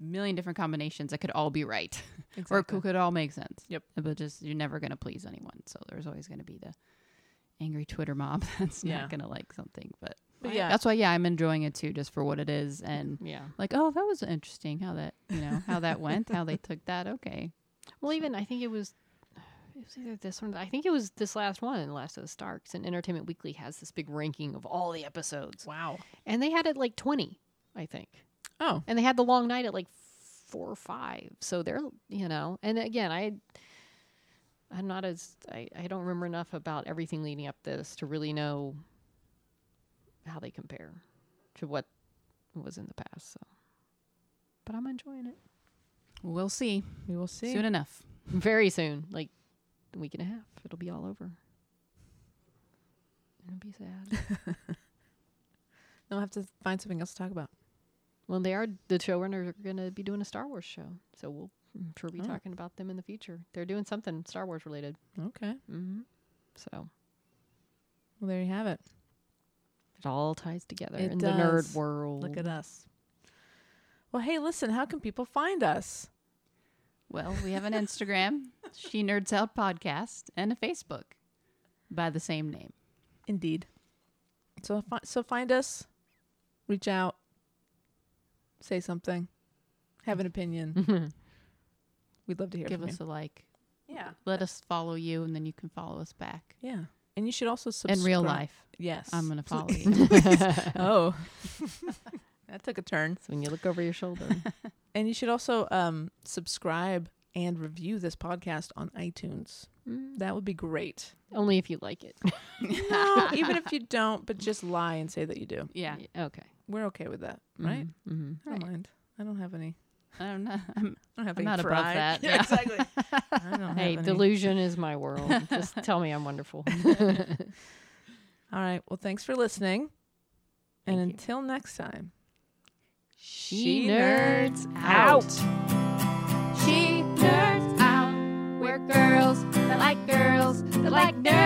B: million different combinations that could all be right, or
C: Exactly.
B: could could all make sense.
C: Yep.
B: But just you're never gonna please anyone, so there's always gonna be the angry Twitter mob that's
C: Yeah.
B: not gonna like something. But
C: But yeah,
B: that's why, yeah, I'm enjoying it too, just for what it is, and
A: Yeah.
B: like oh that was interesting how that you know how that went how they took that okay
A: Well, even I think it was. It was either this one. I think it was this last one, Last of the Starks, and Entertainment Weekly has this big ranking of all the episodes,
C: wow.
A: and they had it like twenty, I think,
C: Oh,
A: and they had the long night at like four or five. So they're you know, and again, I I'm not as I, I don't remember enough about everything leading up this to really know how they compare to what was in the past. So, but I'm enjoying it
B: we'll see
C: we will see.
B: soon enough
A: very soon, like a week and a half. It'll be all over. It'll be sad.
C: Now I have to find something else to talk about.
A: well, they are the showrunners are going to be doing a Star Wars show, so we'll I'm sure be
C: Oh.
A: talking about them in the future. They're doing something Star Wars related.
C: Okay.
A: Mm-hmm. So
C: Well, there you have it.
A: it all ties together
C: It
A: in the nerd
C: does.
A: world.
C: Look at us. Well, hey, listen. How can people find us?
B: well we have an instagram she nerds out podcast and a facebook by the same name
C: Indeed. So fi- so find us, reach out, say something, have an opinion.
A: Mhm.
C: We'd love to hear
B: give
C: from
B: us a like
C: you. Yeah.
B: let us follow you and then you can follow us back
C: Yeah. And you should also subscribe.
B: in real life
C: Yes.
B: i'm gonna follow you
C: oh. that took a turn.
A: so when you look over your shoulder,
C: And you should also um, subscribe and review this podcast on iTunes.
A: Mm,
C: Mm-hmm. That would be great.
A: only if you like it.
C: No, even if you don't, but just lie and say that you do.
B: yeah
A: Okay.
C: We're okay with that, right?
A: Mm-hmm.
C: I don't mind. I don't have any.
B: i don't know I'm,
C: I don't have
B: I'm
C: any
B: not above
C: pride.
B: that,
C: Yeah,
B: yeah.
C: exactly. I don't
A: Hey,
C: have any.
A: delusion is my world. Just tell me I'm wonderful.
C: All right. Well, thanks for listening. and
A: Thank you.
C: until next time,
A: She nerds out.
B: she nerds out
A: We're girls that like girls that like nerds.